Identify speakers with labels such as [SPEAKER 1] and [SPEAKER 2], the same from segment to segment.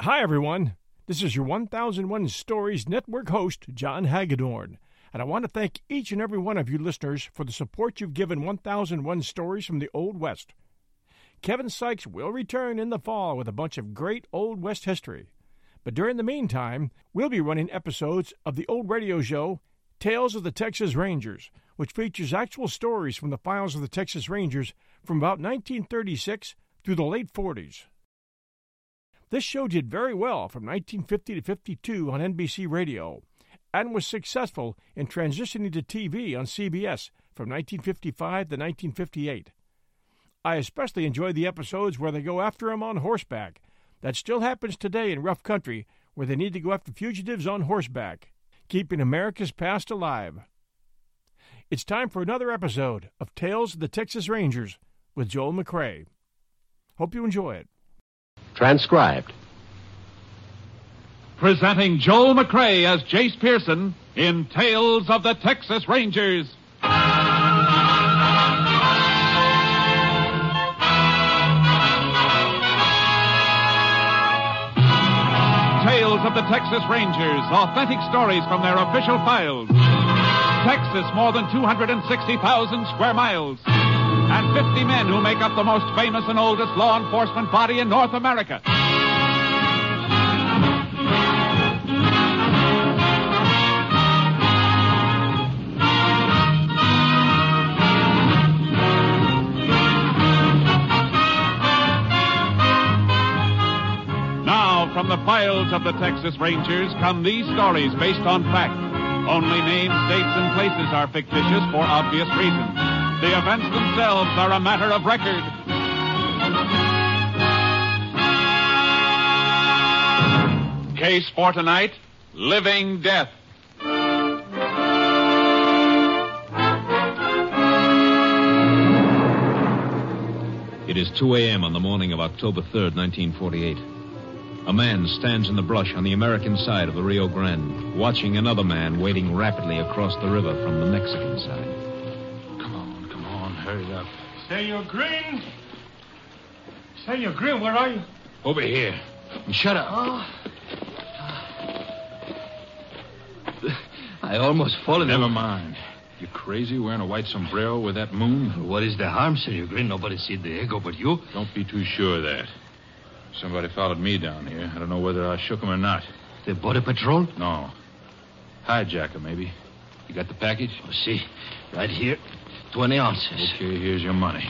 [SPEAKER 1] Hi, everyone. This is your 1001 Stories Network host, John Hagedorn, and I want to thank each and every one of you listeners for the support you've given 1001 Stories from the Old West. Kevin Sykes will return in the fall with a bunch of great Old West history. But during the meantime, we'll be running episodes of the old radio show, Tales of the Texas Rangers, which features actual stories from the files of the Texas Rangers from about 1936 through the late 40s. This show did very well from 1950 to 52 on NBC Radio and was successful in transitioning to TV on CBS from 1955 to 1958. I especially enjoy the episodes where they go after him on horseback. That still happens today in rough country where they need to go after fugitives on horseback, keeping America's past alive. It's time for another episode of Tales of the Texas Rangers with Joel McRae. Hope you enjoy it.
[SPEAKER 2] Transcribed.
[SPEAKER 3] Presenting Joel McRae as Jace Pearson in Tales of the Texas Rangers. Tales of the Texas Rangers, authentic stories from their official files. Texas, more than 260,000 square miles. And 50 men who make up the most famous and oldest law enforcement body in North America. Now, from the files of the Texas Rangers come these stories based on fact. Only names, dates, and places are fictitious for obvious reasons. The events themselves are a matter of record. Case for tonight Living Death.
[SPEAKER 4] It is 2 a.m. on the morning of October 3rd, 1948. A man stands in the brush on the American side of the Rio Grande, watching another man wading rapidly across the river from the Mexican side.
[SPEAKER 5] Come on, come on, hurry up.
[SPEAKER 6] Senor Green? Senor Green, where are you?
[SPEAKER 5] Over here. And shut up. I almost fallen. Never mind. You crazy wearing a white sombrero with that moon?
[SPEAKER 2] What is the harm, Senor Green? Nobody see the ego but you.
[SPEAKER 5] Don't be too sure of that. Somebody followed me down here. I don't know whether I shook him or not.
[SPEAKER 2] The border patrol?
[SPEAKER 5] No. Hijacker, maybe. You got the package?
[SPEAKER 2] Oh, see, right here, 20 ounces.
[SPEAKER 5] Okay, here's your money.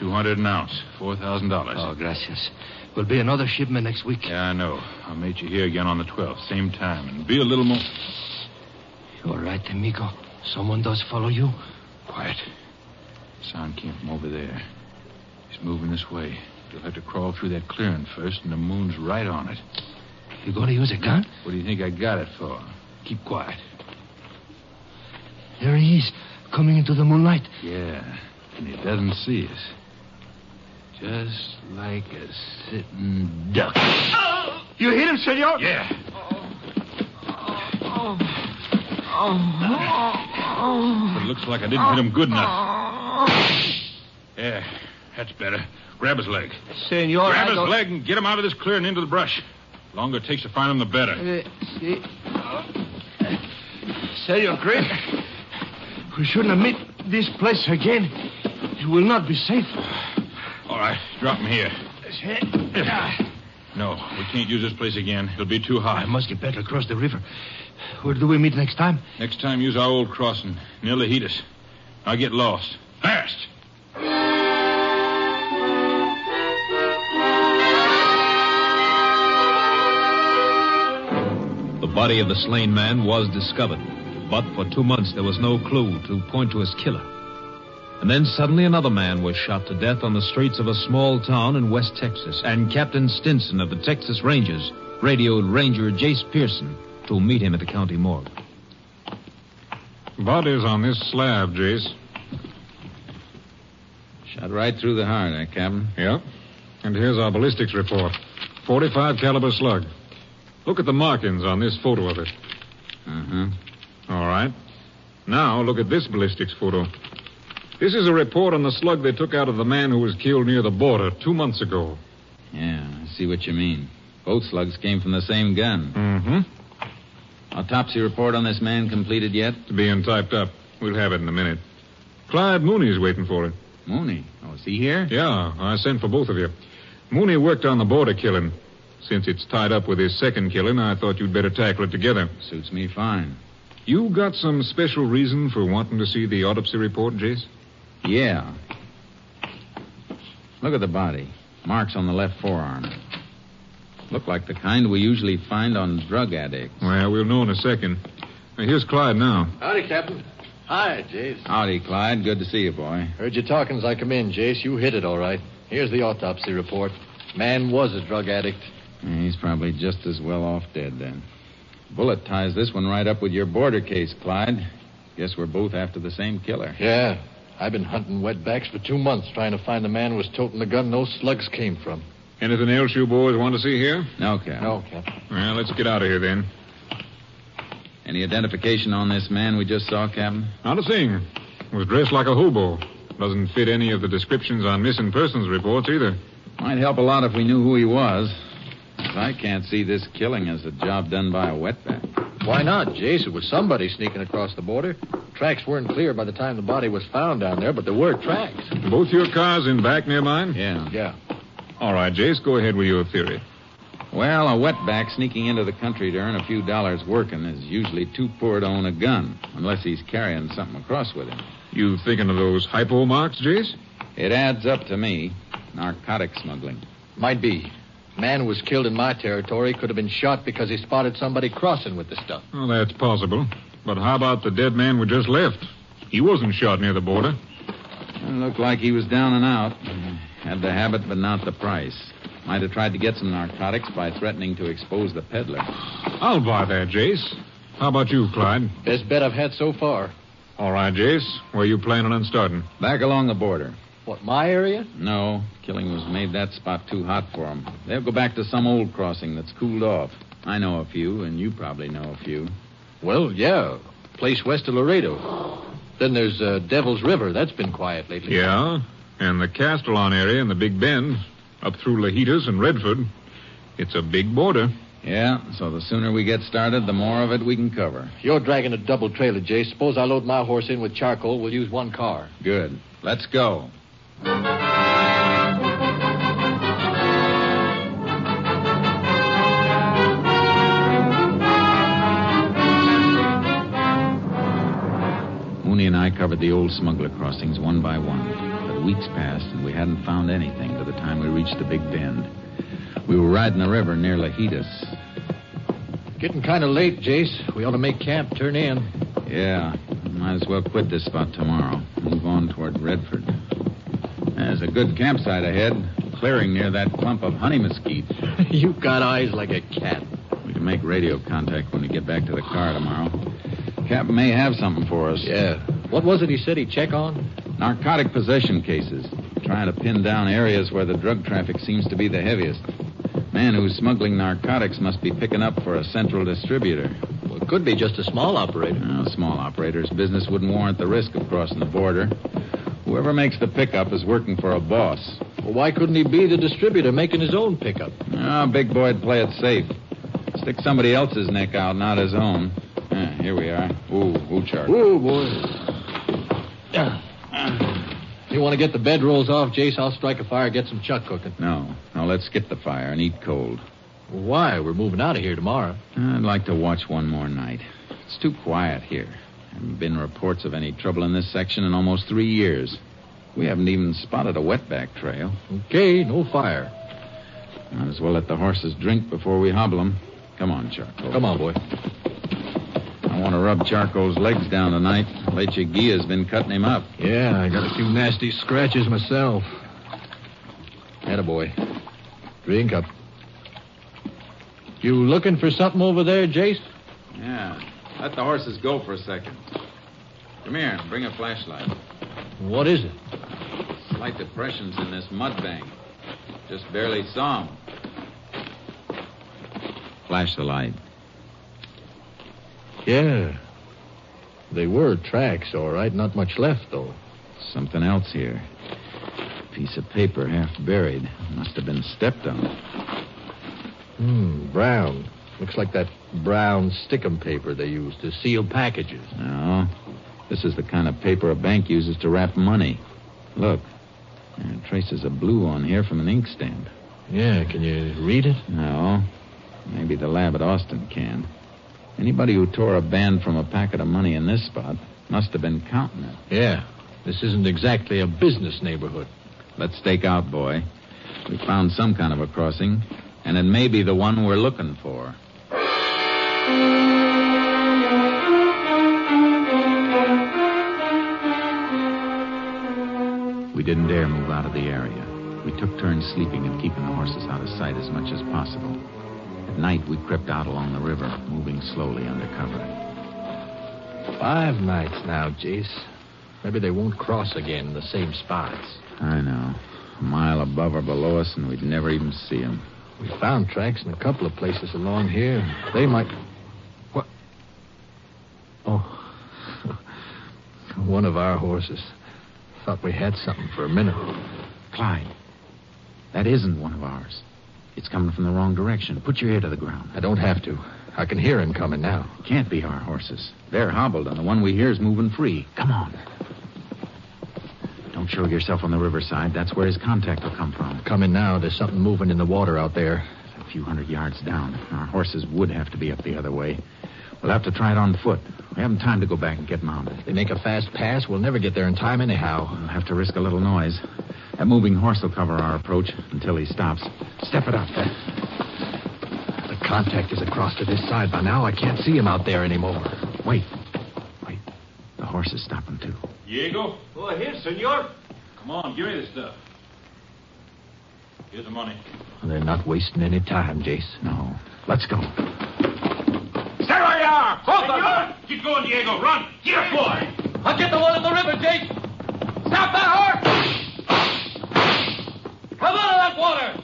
[SPEAKER 5] 200 an ounce, $4,000.
[SPEAKER 2] Oh, gracias. Will be another shipment next week.
[SPEAKER 5] Yeah, I know. I'll meet you here again on the 12th, same time, and be a little more.
[SPEAKER 2] You all right, amigo? Someone does follow you?
[SPEAKER 5] Quiet. Sound came from over there. He's moving this way. You'll have to crawl through that clearing first, and the moon's right on it.
[SPEAKER 2] You gonna use a gun?
[SPEAKER 5] What do you think I got it for? Keep quiet.
[SPEAKER 2] There he is, coming into the moonlight.
[SPEAKER 5] Yeah, and he doesn't see us. Just like a sitting duck.
[SPEAKER 2] You hit him, senor?
[SPEAKER 5] Yeah.
[SPEAKER 7] Oh.
[SPEAKER 5] But it looks like I didn't hit him good enough. Yeah, that's better. Grab his leg.
[SPEAKER 2] Senor,
[SPEAKER 5] Grab
[SPEAKER 2] I
[SPEAKER 5] his
[SPEAKER 2] don't-
[SPEAKER 5] leg and get him out of this clearing into the brush. The longer it takes to find him, the better.
[SPEAKER 7] Uh,
[SPEAKER 2] Senor Green, we shouldn't admit this place again. It will not be safe.
[SPEAKER 5] All right, drop him here. No, we can't use this place again. It'll be too
[SPEAKER 2] I
[SPEAKER 5] high.
[SPEAKER 2] must get back across the river. Where do we meet next time?
[SPEAKER 5] Next time, use our old crossing. Near Lahitas. I'll get lost. Fast!
[SPEAKER 4] The body of the slain man was discovered, but for two months there was no clue to point to his killer. And then suddenly another man was shot to death on the streets of a small town in West Texas, and Captain Stinson of the Texas Rangers radioed Ranger Jace Pearson to meet him at the county morgue.
[SPEAKER 8] Body's on this slab, Jace.
[SPEAKER 9] Shot right through the heart, eh, Captain?
[SPEAKER 8] Yep. And here's our ballistics report. 45 caliber slug. Look at the markings on this photo of it.
[SPEAKER 9] Uh-huh.
[SPEAKER 8] All right. Now look at this ballistics photo. This is a report on the slug they took out of the man who was killed near the border two months ago.
[SPEAKER 9] Yeah, I see what you mean. Both slugs came from the same gun.
[SPEAKER 8] Mm-hmm.
[SPEAKER 9] Autopsy report on this man completed yet?
[SPEAKER 8] Being typed up. We'll have it in a minute. Clyde Mooney's waiting for it.
[SPEAKER 9] Mooney? Oh, is he here?
[SPEAKER 8] Yeah, I sent for both of you. Mooney worked on the border killing. Since it's tied up with his second killing, I thought you'd better tackle it together.
[SPEAKER 9] Suits me fine.
[SPEAKER 8] You got some special reason for wanting to see the autopsy report, Jace?
[SPEAKER 9] Yeah. Look at the body. Marks on the left forearm. Look like the kind we usually find on drug addicts.
[SPEAKER 8] Well, we'll know in a second. Here's Clyde now.
[SPEAKER 10] Howdy, Captain. Hi, Jace.
[SPEAKER 9] Howdy, Clyde. Good to see you, boy.
[SPEAKER 10] Heard you talking as I come in, Jace. You hit it all right. Here's the autopsy report. Man was a drug addict.
[SPEAKER 9] He's probably just as well off dead then. Bullet ties this one right up with your border case, Clyde. Guess we're both after the same killer.
[SPEAKER 10] Yeah, I've been hunting wetbacks for two months trying to find the man who was toting the gun those slugs came from.
[SPEAKER 8] Anything else you boys want to see here?
[SPEAKER 9] No, Captain.
[SPEAKER 10] No, Captain.
[SPEAKER 8] Well, let's get out of here then.
[SPEAKER 9] Any identification on this man we just saw, Captain?
[SPEAKER 8] Not a thing. Was dressed like a hobo. Doesn't fit any of the descriptions on missing persons reports either.
[SPEAKER 9] Might help a lot if we knew who he was. As I can't see this killing as a job done by a wetback.
[SPEAKER 10] Why not, Jace? It was somebody sneaking across the border. Tracks weren't clear by the time the body was found down there, but there were tracks.
[SPEAKER 8] Both your cars in back near mine?
[SPEAKER 9] Yeah.
[SPEAKER 10] Yeah.
[SPEAKER 8] All right, Jace, go ahead with your theory.
[SPEAKER 9] Well, a wetback sneaking into the country to earn a few dollars working is usually too poor to own a gun, unless he's carrying something across with him.
[SPEAKER 8] You thinking of those hypo marks, Jace?
[SPEAKER 9] It adds up to me. Narcotic smuggling.
[SPEAKER 10] Might be. Man was killed in my territory could have been shot because he spotted somebody crossing with the stuff.
[SPEAKER 8] Well, that's possible. But how about the dead man we just left? He wasn't shot near the border.
[SPEAKER 9] It looked like he was down and out.
[SPEAKER 8] Mm-hmm.
[SPEAKER 9] Had the habit, but not the price. Might have tried to get some narcotics by threatening to expose the peddler.
[SPEAKER 8] I'll buy that, Jace. How about you, Clyde?
[SPEAKER 10] Best bet I've had so far.
[SPEAKER 8] All right, Jace. Where you planning on starting?
[SPEAKER 9] Back along the border.
[SPEAKER 10] What, my area?
[SPEAKER 9] No. Killing was made that spot too hot for 'em. They'll go back to some old crossing that's cooled off. I know a few, and you probably know a few.
[SPEAKER 10] Well, yeah. Place west of Laredo. Then there's uh, Devil's River. That's been quiet lately.
[SPEAKER 8] Yeah. And the Castellon area and the Big Bend. Up through Lahitas and Redford. It's a big border.
[SPEAKER 9] Yeah, so the sooner we get started, the more of it we can cover.
[SPEAKER 10] You're dragging a double trailer, Jay. Suppose I load my horse in with charcoal. We'll use one car.
[SPEAKER 9] Good. Let's go. Mooney and I covered the old smuggler crossings one by one. But weeks passed and we hadn't found anything to the time we reached the Big Bend. We were riding the river near Lahitas.
[SPEAKER 10] Getting kind of late, Jace. We ought to make camp, turn in.
[SPEAKER 9] Yeah, might as well quit this spot tomorrow. Move on toward Redford. There's a good campsite ahead, clearing near that clump of honey mesquite.
[SPEAKER 10] You've got eyes like a cat.
[SPEAKER 9] We can make radio contact when we get back to the car tomorrow. Captain may have something for us.
[SPEAKER 10] Yeah. What was it he said he'd check on?
[SPEAKER 9] Narcotic possession cases. Trying to pin down areas where the drug traffic seems to be the heaviest. Man who's smuggling narcotics must be picking up for a central distributor.
[SPEAKER 10] Well, it could be just a small operator.
[SPEAKER 9] No, small operator's business wouldn't warrant the risk of crossing the border. Whoever makes the pickup is working for a boss.
[SPEAKER 10] Well, why couldn't he be the distributor making his own pickup?
[SPEAKER 9] Ah, oh, big boy'd play it safe. Stick somebody else's neck out, not his own. Ah, here we are. Ooh, ooh, Charlie.
[SPEAKER 10] Ooh, boy. You want to get the bedrolls off, Jace? I'll strike a fire, get some chuck cooking.
[SPEAKER 9] No, no, let's get the fire and eat cold.
[SPEAKER 10] Why? We're moving out of here tomorrow.
[SPEAKER 9] I'd like to watch one more night. It's too quiet here. There haven't been reports of any trouble in this section in almost three years. We haven't even spotted a wetback trail.
[SPEAKER 10] Okay, no fire.
[SPEAKER 9] Might as well let the horses drink before we hobble them. Come on, Charcoal.
[SPEAKER 10] Come on, boy.
[SPEAKER 9] I want to rub Charcoal's legs down tonight. I'll bet your gear's been cutting him up.
[SPEAKER 10] Yeah, I got a few nasty scratches myself. Attaboy. Drink up. You looking for something over there, Jace?
[SPEAKER 9] Yeah. Let the horses go for a second. Come here, bring a flashlight.
[SPEAKER 10] What is it?
[SPEAKER 9] Slight depressions in this mud bank. Just barely saw 'em. Flash the light.
[SPEAKER 10] Yeah. They were tracks, all right. Not much left, though.
[SPEAKER 9] Something else here. Piece of paper half buried. Must have been stepped on.
[SPEAKER 10] Hmm, brown. Looks like that brown stickum paper they use to seal packages.
[SPEAKER 9] No. This is the kind of paper a bank uses to wrap money. Look. There are traces of blue on here from an ink stamp.
[SPEAKER 10] Yeah, can you read it?
[SPEAKER 9] No. Maybe the lab at Austin can. Anybody who tore a band from a packet of money in this spot must have been counting it.
[SPEAKER 10] Yeah. This isn't exactly a business neighborhood.
[SPEAKER 9] Let's stake out, boy. We found some kind of a crossing, and it may be the one we're looking for. We didn't dare move out of the area. We took turns sleeping and keeping the horses out of sight as much as possible. At night, we crept out along the river, moving slowly under cover.
[SPEAKER 10] Five nights now, Jace. Maybe they won't cross again in the same spots.
[SPEAKER 9] I know. A mile above or below us, and we'd never even see 'em.
[SPEAKER 10] We found tracks in a couple of places along here. They might. What? Oh. One of our horses thought we had something for a minute.
[SPEAKER 9] Clyde, that isn't one of ours. It's coming from the wrong direction. Put your ear to the ground.
[SPEAKER 10] I don't have to. I can hear him coming now.
[SPEAKER 9] It can't be our horses. They're hobbled, and the one we hear is moving free. Come on. Don't show yourself on the riverside. That's where his contact will come from.
[SPEAKER 10] Coming now. There's something moving in the water out there.
[SPEAKER 9] It's a few hundred yards down. Our horses would have to be up the other way. We'll have to try it on foot. We haven't time to go back and get mounted.
[SPEAKER 10] They make a fast pass. We'll never get there in time, anyhow.
[SPEAKER 9] We'll have to risk a little noise. That moving horse will cover our approach until he stops. Step it up.
[SPEAKER 10] The contact is across to this side by now. I can't see him out there anymore.
[SPEAKER 9] Wait. Wait. The horse is stopping, too.
[SPEAKER 7] Diego?
[SPEAKER 11] Oh, here, senor.
[SPEAKER 7] Come on, give me the stuff. Here's the money.
[SPEAKER 10] They're not wasting any time, Jace.
[SPEAKER 9] No. Let's go.
[SPEAKER 7] Stay where you are! Both of you! Get going, Diego. Run! Get up, boy! I'll get the one in the river, Jake! Stop that horse! Come out of that water!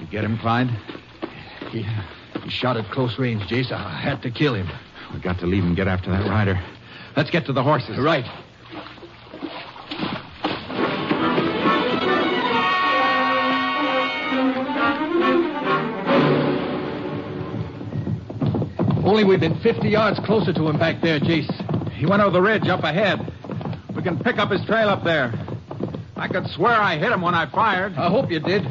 [SPEAKER 9] You get him, Clyde?
[SPEAKER 10] He, he shot at close range, Jace. I had to kill him.
[SPEAKER 9] We got to leave and get after that rider. Let's get to the horses.
[SPEAKER 10] Right. Only we've been 50 yards closer to him back there, Jace.
[SPEAKER 9] He went over the ridge up ahead. We can pick up his trail up there. I could swear I hit him when I fired.
[SPEAKER 10] I hope you did.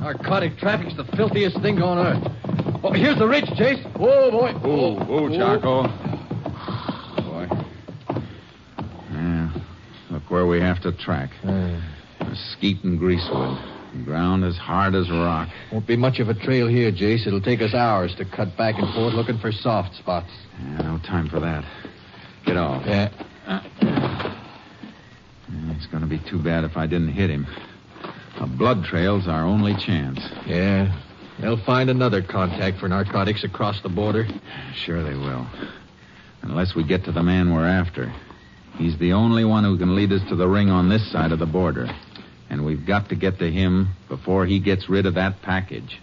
[SPEAKER 10] Narcotic traffic's the filthiest thing on earth. Oh, here's the ridge, Jace. Oh, boy.
[SPEAKER 9] Oh, oh, Jocko. Boy. Yeah. Look where we have to track.
[SPEAKER 10] Uh.
[SPEAKER 9] Mesquite and greasewood. Ground as hard as rock.
[SPEAKER 10] Won't be much of a trail here, Jace. It'll take us hours to cut back and forth looking for soft spots.
[SPEAKER 9] Yeah, no time for that. Get off.
[SPEAKER 10] Yeah.
[SPEAKER 9] Yeah, It's going to be too bad if I didn't hit him. A blood trail's our only chance.
[SPEAKER 10] Yeah. They'll find another contact for narcotics across the border.
[SPEAKER 9] Sure they will. Unless we get to the man we're after. He's the only one who can lead us to the ring on this side of the border. And we've got to get to him before he gets rid of that package.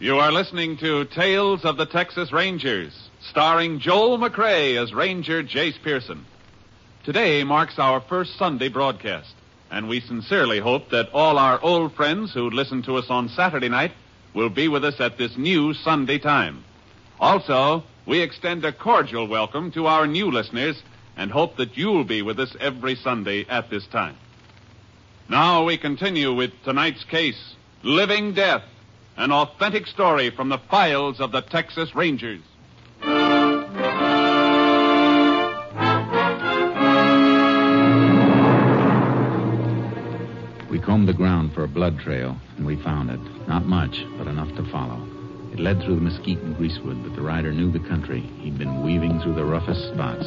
[SPEAKER 3] You are listening to Tales of the Texas Rangers, starring Joel McRae as Ranger Jace Pearson. Today marks our first Sunday broadcast, and we sincerely hope that all our old friends who listen to us on Saturday night will be with us at this new Sunday time. Also, we extend a cordial welcome to our new listeners and hope that you'll be with us every Sunday at this time. Now we continue with tonight's case, Living Death an authentic story from the files of the Texas Rangers.
[SPEAKER 9] combed the ground for a blood trail, and we found it. Not much, but enough to follow. It led through the mesquite and greasewood, but the rider knew the country. He'd been weaving through the roughest spots.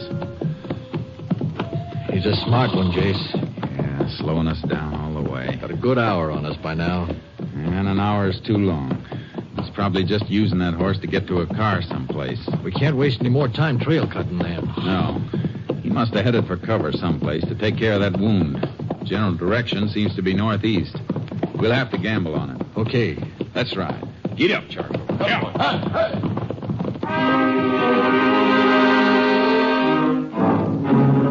[SPEAKER 10] He's a smart one, Jace.
[SPEAKER 9] Yeah, slowing us down all the way.
[SPEAKER 10] Got a good hour on us by now.
[SPEAKER 9] And an hour's too long. He's probably just using that horse to get to a car someplace.
[SPEAKER 10] We can't waste any more time trail cutting them.
[SPEAKER 9] No. He must have headed for cover someplace to take care of that wound. General direction seems to be northeast. We'll have to gamble on it.
[SPEAKER 10] Okay.
[SPEAKER 9] Let's ride.
[SPEAKER 4] Get up, Charlie.
[SPEAKER 7] Yeah.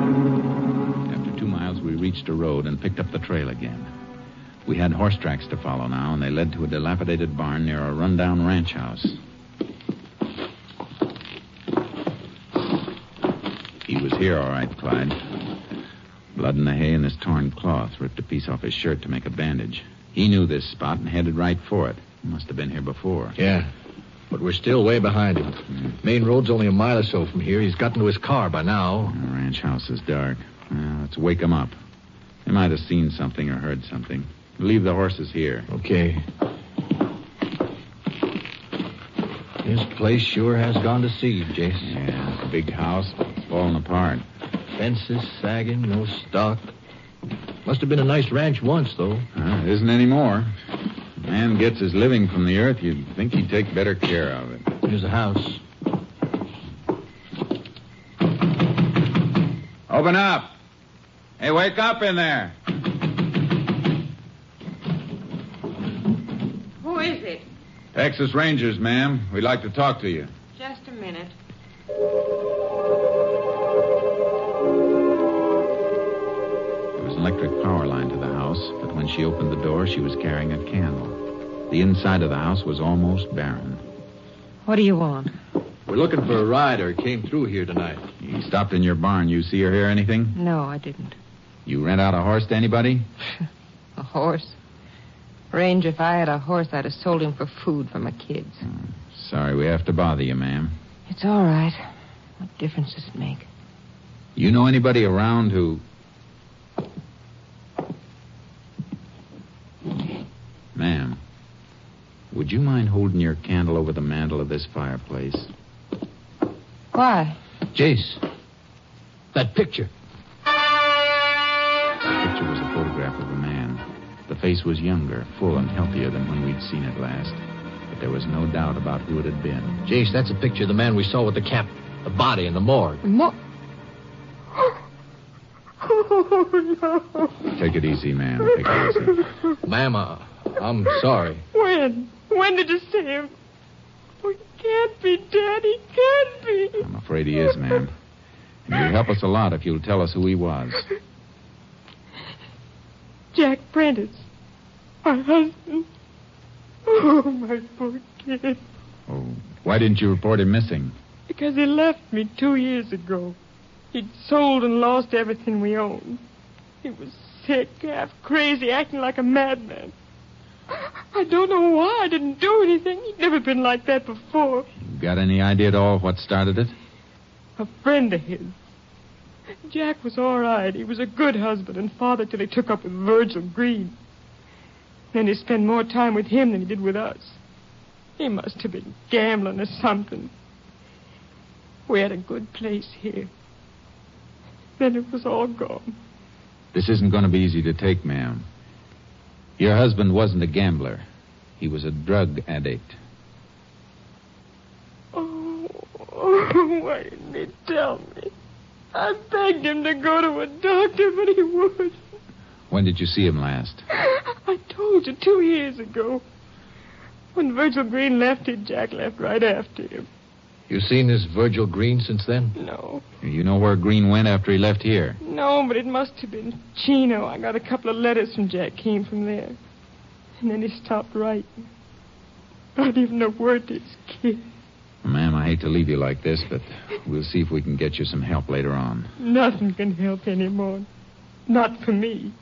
[SPEAKER 9] After two miles, we reached a road and picked up the trail again. We had horse tracks to follow now, and they led to a dilapidated barn near a rundown ranch house. He was here, all right, Clyde. Blood in the hay and his torn cloth ripped a piece off his shirt to make a bandage. He knew this spot and headed right for it. He must have been here before.
[SPEAKER 10] Yeah. But we're still way behind him.
[SPEAKER 9] Hmm.
[SPEAKER 10] Main road's only a mile or so from here. He's gotten to his car by now.
[SPEAKER 9] The ranch house is dark. Well, let's wake him up. They might have seen something or heard something. Leave the horses here.
[SPEAKER 10] Okay. This place sure has gone to seed, Jason.
[SPEAKER 9] Yeah, big house, falling apart.
[SPEAKER 10] Fences sagging, no stock. Must have been a nice ranch once, though.
[SPEAKER 9] Uh, isn't any more. Man gets his living from the earth, you'd think he'd take better care of it.
[SPEAKER 10] Here's the house.
[SPEAKER 9] Open up. Hey, wake up in there.
[SPEAKER 12] Who is it?
[SPEAKER 9] Texas Rangers, ma'am. We'd like to talk to you.
[SPEAKER 12] Just a minute.
[SPEAKER 9] There was an electric power line to the house, but when she opened the door, she was carrying a candle. The inside of the house was almost barren.
[SPEAKER 12] What do you want?
[SPEAKER 10] We're looking for a rider. Came through here tonight.
[SPEAKER 9] You stopped in your barn. You see or hear anything?
[SPEAKER 12] No, I didn't.
[SPEAKER 9] You rent out a horse to anybody?
[SPEAKER 12] A horse? Range, if I had a horse, I'd have sold him for food for my kids.
[SPEAKER 9] Sorry we have to bother you, ma'am.
[SPEAKER 12] It's all right. What difference does it make?
[SPEAKER 9] You know anybody around who. Ma'am, would you mind holding your candle over the mantel of this fireplace?
[SPEAKER 12] Why?
[SPEAKER 10] Jace, that picture.
[SPEAKER 9] The picture was a photograph of a man. The face was younger, full, and healthier than when we'd seen it last. But there was no doubt about who it had been.
[SPEAKER 10] Jace, that's a picture of the man we saw with the cap, the body in the morgue.
[SPEAKER 12] Mo- oh, no.
[SPEAKER 9] Take it easy, ma'am. Take it easy.
[SPEAKER 10] Ma'am, I, I'm sorry.
[SPEAKER 12] When? When did you see him? We can't be dead. He can't be.
[SPEAKER 9] I'm afraid he is, ma'am. And you'll help us a lot if you'll tell us who he was.
[SPEAKER 12] Jack Prentice. My husband. Oh, my poor kid.
[SPEAKER 9] Oh, why didn't you report him missing?
[SPEAKER 12] Because he left me two years ago. He'd sold and lost everything we owned. He was sick, half crazy, acting like a madman. I don't know why I didn't do anything. He'd never been like that before.
[SPEAKER 9] You got any idea at all what started it?
[SPEAKER 12] A friend of his. Jack was all right. He was a good husband and father till he took up with Virgil Green. Then he spent more time with him than he did with us. He must have been gambling or something. We had a good place here. Then it was all gone.
[SPEAKER 9] This isn't going to be easy to take, ma'am. Your husband wasn't a gambler. He was a drug addict.
[SPEAKER 12] Oh, oh why didn't he tell me? I begged him to go to a doctor, but he wouldn't.
[SPEAKER 9] When did you see him last?
[SPEAKER 12] I told you two years ago. When Virgil Green left, he Jack left right after him.
[SPEAKER 10] You seen this Virgil Green since then?
[SPEAKER 12] No,
[SPEAKER 9] You know where Green went after he left here.
[SPEAKER 12] no, but it must have been Chino. I got a couple of letters from Jack came from there, and then he stopped writing. Not even a word to his kid.
[SPEAKER 9] Ma'am, I hate to leave you like this, but we'll see if we can get you some help later on.
[SPEAKER 12] Nothing can help anymore. Not for me.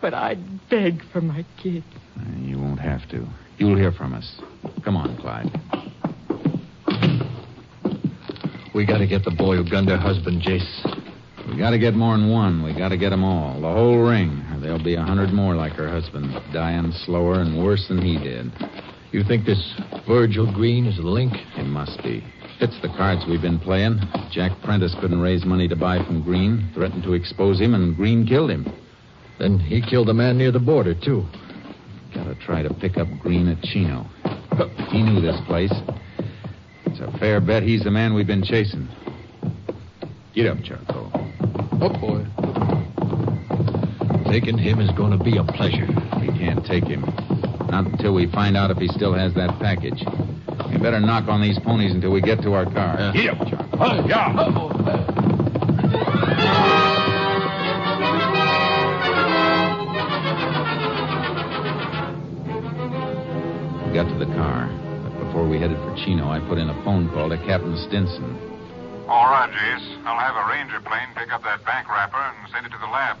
[SPEAKER 12] But I'd beg for my kid.
[SPEAKER 9] Uh, You won't have to. You'll hear from us. Come on, Clyde.
[SPEAKER 10] We gotta get the boy who gunned her husband, Jace.
[SPEAKER 9] We gotta get more than one. We gotta get 'em all. The whole ring, or there'll be a hundred more like her husband, dying slower and worse than he did.
[SPEAKER 10] You think this Virgil Green is the link?
[SPEAKER 9] It must be. Fits the cards we've been playing. Jack Prentice couldn't raise money to buy from Green, threatened to expose him, and Green killed him.
[SPEAKER 10] Then he killed a man near the border, too.
[SPEAKER 9] Gotta try to pick up Green at Chino. He knew this place. It's a fair bet he's the man we've been chasing. Get up, Charcoal.
[SPEAKER 10] Up, boy. Taking him is going to be a pleasure.
[SPEAKER 9] We can't take him. Not until we find out if he still has that package. We better knock on these ponies until we get to our car.
[SPEAKER 3] Uh, Get up, Charcoal. Uh, yeah. Up, boy.
[SPEAKER 9] We got to the car, but before we headed for Chino, I put in a phone call to Captain Stinson.
[SPEAKER 8] All right, Jace. I'll have a ranger plane pick up that bank wrapper and send it to the lab.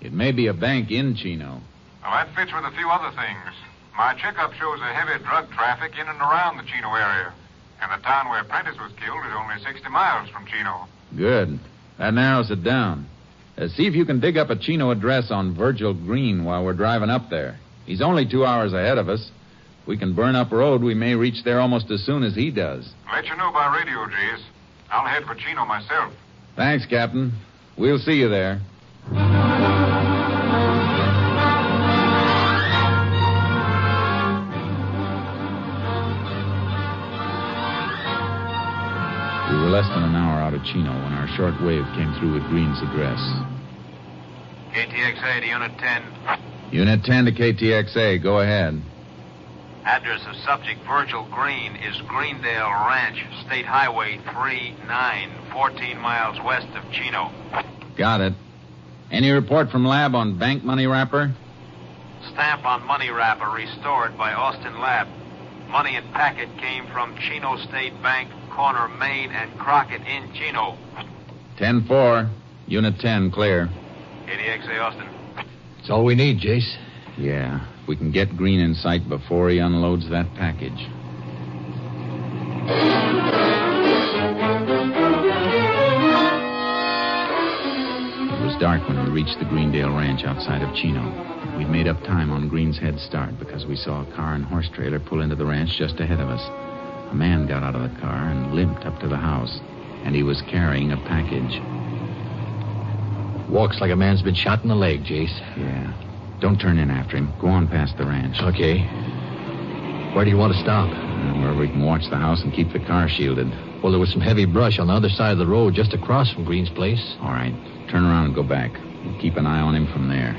[SPEAKER 9] It may be a bank in Chino.
[SPEAKER 8] Well, that fits with a few other things. My checkup shows a heavy drug traffic in and around the Chino area. And the town where Prentice was killed is only 60 miles from Chino.
[SPEAKER 9] Good. That narrows it down. Uh, see if you can dig up a Chino address on Virgil Green while we're driving up there. He's only two hours ahead of us. If we can burn up road, we may reach there almost as soon as he does.
[SPEAKER 8] Let you know by radio, Jace. I'll head for Chino myself.
[SPEAKER 9] Thanks, Captain. We'll see you there. We were less than an hour out of Chino when our short wave came through with Green's address.
[SPEAKER 4] KTXA to Unit 10.
[SPEAKER 9] Unit 10 to KTXA, go ahead.
[SPEAKER 4] Address of subject Virgil Green is Greendale Ranch, State Highway 39, 14 miles west of Chino.
[SPEAKER 9] Got it. Any report from lab on bank money wrapper?
[SPEAKER 4] Stamp on money wrapper restored by Austin Lab. Money and packet came from Chino State Bank, corner Main and Crockett in Chino.
[SPEAKER 9] 10 4. Unit 10, clear.
[SPEAKER 4] KDXA Austin.
[SPEAKER 10] That's all we need, Jace.
[SPEAKER 9] Yeah. We can get Green in sight before he unloads that package. It was dark when we reached the Greendale Ranch outside of Chino. We'd made up time on Green's head start because we saw a car and horse trailer pull into the ranch just ahead of us. A man got out of the car and limped up to the house, and he was carrying a package.
[SPEAKER 10] Walks like a man's been shot in the leg, Jace.
[SPEAKER 9] Yeah. Don't turn in after him. Go on past the ranch.
[SPEAKER 10] Okay. Where do you want to stop?
[SPEAKER 9] Where we can watch the house and keep the car shielded.
[SPEAKER 10] Well, there was some heavy brush on the other side of the road just across from Green's place.
[SPEAKER 9] All right. Turn around and go back. We'll keep an eye on him from there.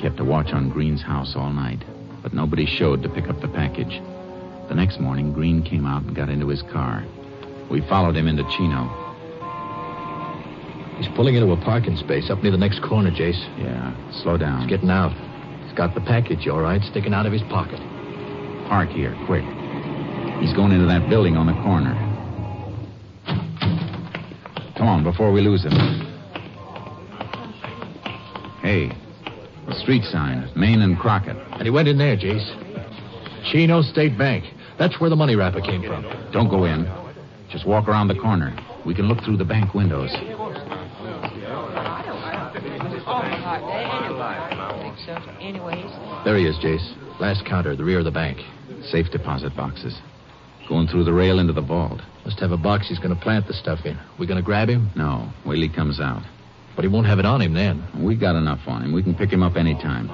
[SPEAKER 9] kept a watch on Green's house all night, but nobody showed to pick up the package. The next morning, Green came out and got into his car. We followed him into Chino.
[SPEAKER 10] He's pulling into a parking space up near the next corner, Jace.
[SPEAKER 9] Yeah, slow down.
[SPEAKER 10] He's getting out. He's got the package, all right, sticking out of his pocket.
[SPEAKER 9] Park here, quick. He's going into that building on the corner. Come on, before we lose him. Hey, the street sign, Main and Crockett.
[SPEAKER 10] And he went in there, Jace. Chino State Bank. That's where the money wrapper came from.
[SPEAKER 9] Don't go in. Just walk around the corner. We can look through the bank windows.
[SPEAKER 10] There he is, Jace. Last counter, the rear of the bank.
[SPEAKER 9] Safe deposit boxes. Going through the rail into the vault.
[SPEAKER 10] Must have a box he's going to plant the stuff in. We going to grab him?
[SPEAKER 9] No. Wait he comes out.
[SPEAKER 10] But he won't have it on him then.
[SPEAKER 9] We got enough on him. We can pick him up any time.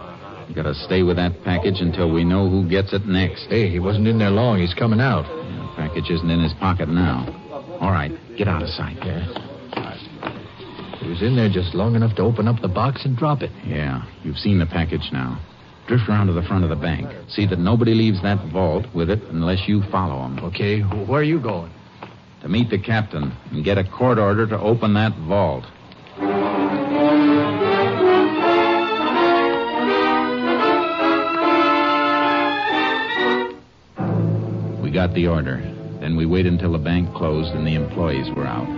[SPEAKER 9] You gotta stay with that package until we know who gets it next.
[SPEAKER 10] Hey, he wasn't in there long. He's coming out.
[SPEAKER 9] Yeah, the package isn't in his pocket now. All right, get out of sight.
[SPEAKER 10] Yeah. He was in there just long enough to open up the box and drop it.
[SPEAKER 9] Yeah, you've seen the package now. Drift around to the front of the bank. See that nobody leaves that vault with it unless you follow them.
[SPEAKER 10] Okay, where are you going?
[SPEAKER 9] To meet the captain and get a court order to open that vault. got the order. Then we waited until the bank closed and the employees were out.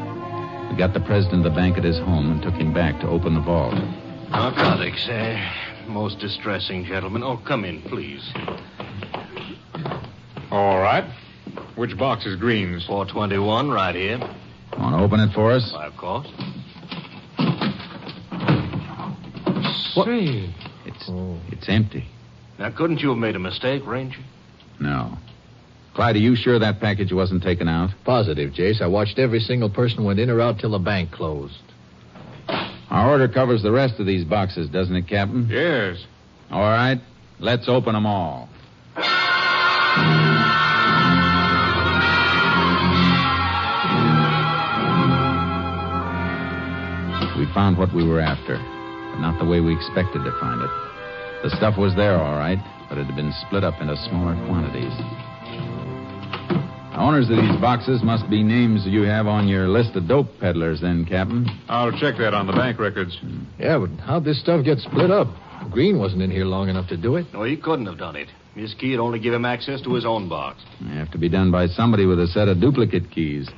[SPEAKER 9] We got the president of the bank at his home and took him back to open the vault.
[SPEAKER 6] Narcotics, eh? Most distressing, gentlemen. Oh, come in, please.
[SPEAKER 8] All right. Which box is Green's?
[SPEAKER 6] 421, right here.
[SPEAKER 9] Want to open it for us?
[SPEAKER 6] Why, of course.
[SPEAKER 9] Say. It's, it's empty.
[SPEAKER 6] Now, couldn't you have made a mistake, Ranger?
[SPEAKER 9] No. Clyde, are you sure that package wasn't taken out?
[SPEAKER 10] Positive, Jace. I watched every single person went in or out till the bank closed.
[SPEAKER 9] Our order covers the rest of these boxes, doesn't it, Captain?
[SPEAKER 8] Yes.
[SPEAKER 9] All right. Let's open them all. We found what we were after, but not the way we expected to find it. The stuff was there, all right, but it had been split up into smaller quantities. The owners of these boxes must be names you have on your list of dope peddlers, then, Captain.
[SPEAKER 8] I'll check that on the bank records.
[SPEAKER 10] Yeah, but how'd this stuff get split up? Green wasn't in here long enough to do it.
[SPEAKER 6] No, he couldn't have done it. Miss Key would only give him access to his own box.
[SPEAKER 9] They have to be done by somebody with a set of duplicate keys.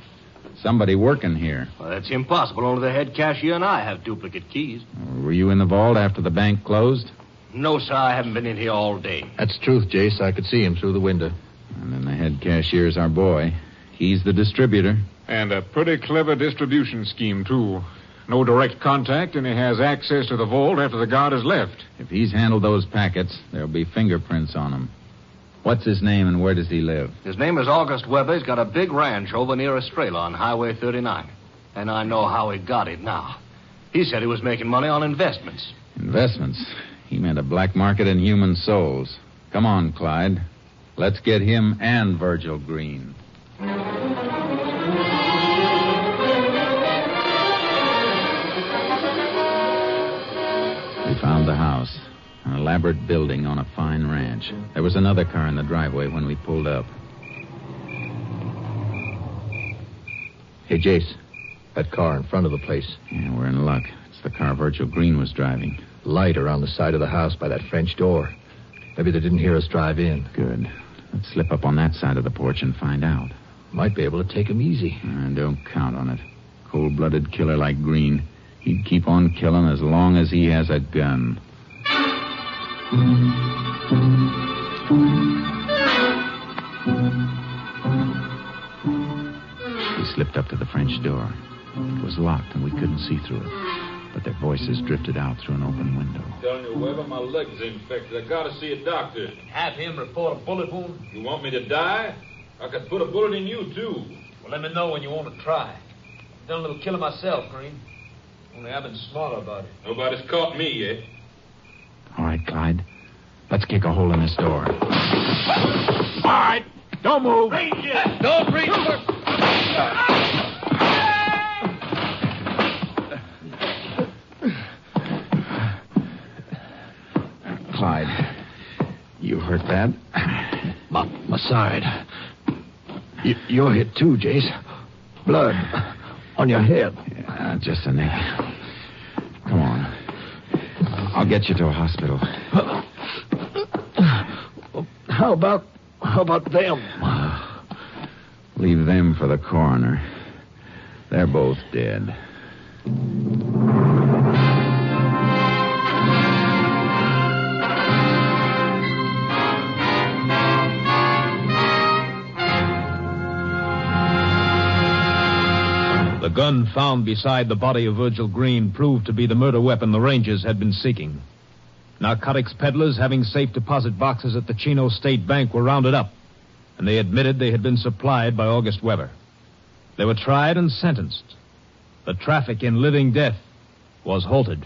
[SPEAKER 9] Somebody working here.
[SPEAKER 6] Well, that's impossible. Only the head cashier and I have duplicate keys.
[SPEAKER 9] Were you in the vault after the bank closed?
[SPEAKER 6] No, sir, I haven't been in here all day.
[SPEAKER 10] That's truth, Jace. I could see him through the window.
[SPEAKER 9] And then the head cashier's our boy. He's the distributor.
[SPEAKER 8] And a pretty clever distribution scheme, too. No direct contact, and he has access to the vault after the guard has left.
[SPEAKER 9] If he's handled those packets, there'll be fingerprints on them. What's his name and where does he live?
[SPEAKER 6] His name is August Weber. He's got a big ranch over near Estrella on Highway 39. And I know how he got it now. He said he was making money on investments.
[SPEAKER 9] Investments. He meant a black market in human souls. Come on, Clyde. Let's get him and Virgil Green. We found the house, an elaborate building on a fine ranch. There was another car in the driveway when we pulled up.
[SPEAKER 10] Hey, Jace. That car in front of the place.
[SPEAKER 9] Yeah, we're in luck. It's the car Virgil Green was driving.
[SPEAKER 10] Light around the side of the house by that French door. Maybe they didn't hear us drive in.
[SPEAKER 9] Good. Let's slip up on that side of the porch and find out.
[SPEAKER 10] Might be able to take 'em easy.
[SPEAKER 9] I don't count on it. Cold blooded killer like Green. He'd keep on killing as long as he has a gun. We slipped up to the French door. It was locked and we couldn't see through it, but their voices drifted out through an open window.
[SPEAKER 13] Telling you, Weber, my leg's infected. I gotta see a doctor.
[SPEAKER 7] Have him report a bullet wound?
[SPEAKER 13] You want me to die? I could put a bullet in you, too.
[SPEAKER 7] Well, let me know when you want to try. I've done a little killing myself, Green. Only I've been smarter about it.
[SPEAKER 13] Nobody's caught me yet.
[SPEAKER 9] All right, Clyde. Let's kick a hole in this door.
[SPEAKER 1] All right. Don't move.
[SPEAKER 7] Ranger! Don't reach for...
[SPEAKER 9] Clyde, you hurt that?
[SPEAKER 10] My, my side. You, you're hit too, Jace. Blood on your head.
[SPEAKER 9] Yeah, just a nick. Come on. I'll get you to a hospital.
[SPEAKER 10] How about how about them?
[SPEAKER 9] Leave them for the coroner. They're both dead.
[SPEAKER 4] The gun found beside the body of Virgil Green proved to be the murder weapon the Rangers had been seeking. Narcotics peddlers having safe deposit boxes at the Chino State Bank were rounded up, and they admitted they had been supplied by August Weber. They were tried and sentenced. The traffic in living death was halted.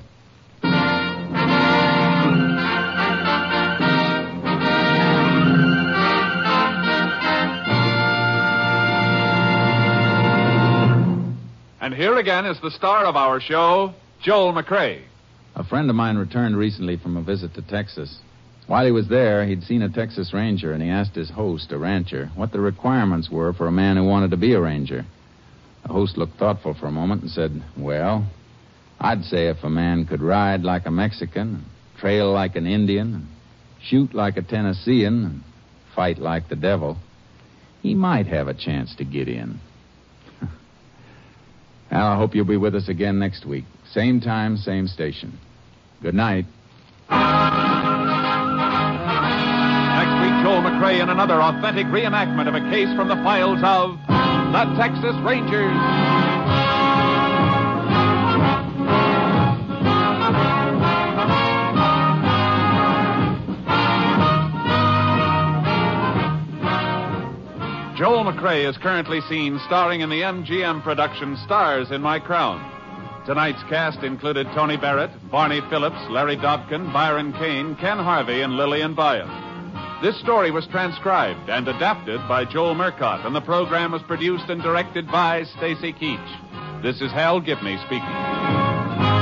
[SPEAKER 3] And here again is the star of our show, Joel McRae.
[SPEAKER 9] A friend of mine returned recently from a visit to Texas. While he was there, he'd seen a Texas Ranger and he asked his host, a rancher, what the requirements were for a man who wanted to be a ranger. The host looked thoughtful for a moment and said, Well, I'd say if a man could ride like a Mexican, trail like an Indian, shoot like a Tennessean, and fight like the devil, he might have a chance to get in. Al, I hope you'll be with us again next week. Same time, same station. Good night.
[SPEAKER 3] Next week, Joel McRae in another authentic reenactment of a case from the files of the Texas Rangers. Joel McRae is currently seen starring in the MGM production Stars in My Crown. Tonight's cast included Tony Barrett, Barney Phillips, Larry Dobkin, Byron Kane, Ken Harvey, and Lillian Byam. This story was transcribed and adapted by Joel Murcott, and the program was produced and directed by Stacy Keach. This is Hal Gibney speaking.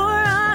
[SPEAKER 14] a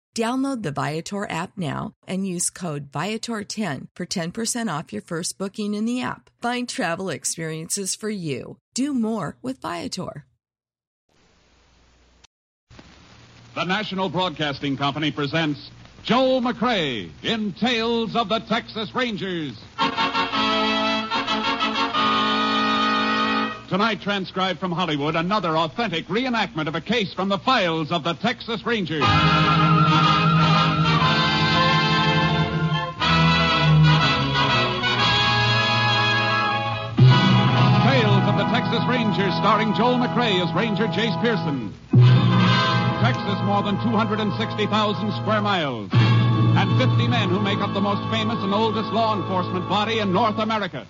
[SPEAKER 15] Download the Viator app now and use code Viator10 for 10% off your first booking in the app. Find travel experiences for you. Do more with Viator.
[SPEAKER 3] The National Broadcasting Company presents Joel McRae in Tales of the Texas Rangers. Tonight, transcribed from Hollywood, another authentic reenactment of a case from the files of the Texas Rangers. Tales of the Texas Rangers, starring Joel McRae as Ranger Jace Pearson. Texas, more than 260,000 square miles, and 50 men who make up the most famous and oldest law enforcement body in North America.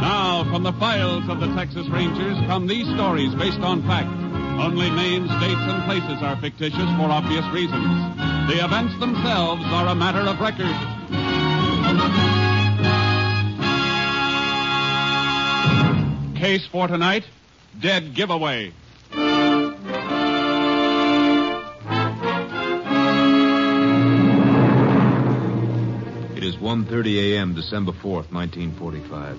[SPEAKER 3] Now, from the files of the Texas Rangers come these stories based on fact. Only names, dates, and places are fictitious for obvious reasons. The events themselves are a matter of record. Case for tonight Dead Giveaway.
[SPEAKER 4] It is 1:30 a.m., December 4th, 1945.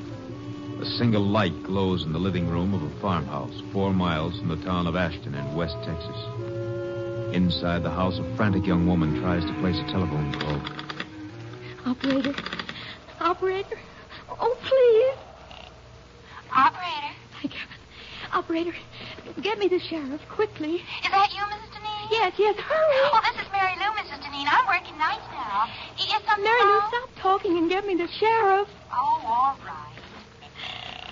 [SPEAKER 4] A single light glows in the living room of a farmhouse 4 miles from the town of Ashton in West Texas. Inside the house, a frantic young woman tries to place a telephone call.
[SPEAKER 16] Operator. Operator. Oh, please.
[SPEAKER 17] Operator,
[SPEAKER 16] My God. Operator, get me the sheriff quickly.
[SPEAKER 17] is that you, Mrs. Deneen?
[SPEAKER 16] Yes, yes, hurry.
[SPEAKER 17] Oh, this is Mary Lou, Mrs. Deneen. I'm working nights now. I- Is something
[SPEAKER 16] Mary Lou,
[SPEAKER 17] wrong?
[SPEAKER 16] stop talking and get me the sheriff.
[SPEAKER 17] Oh, all right.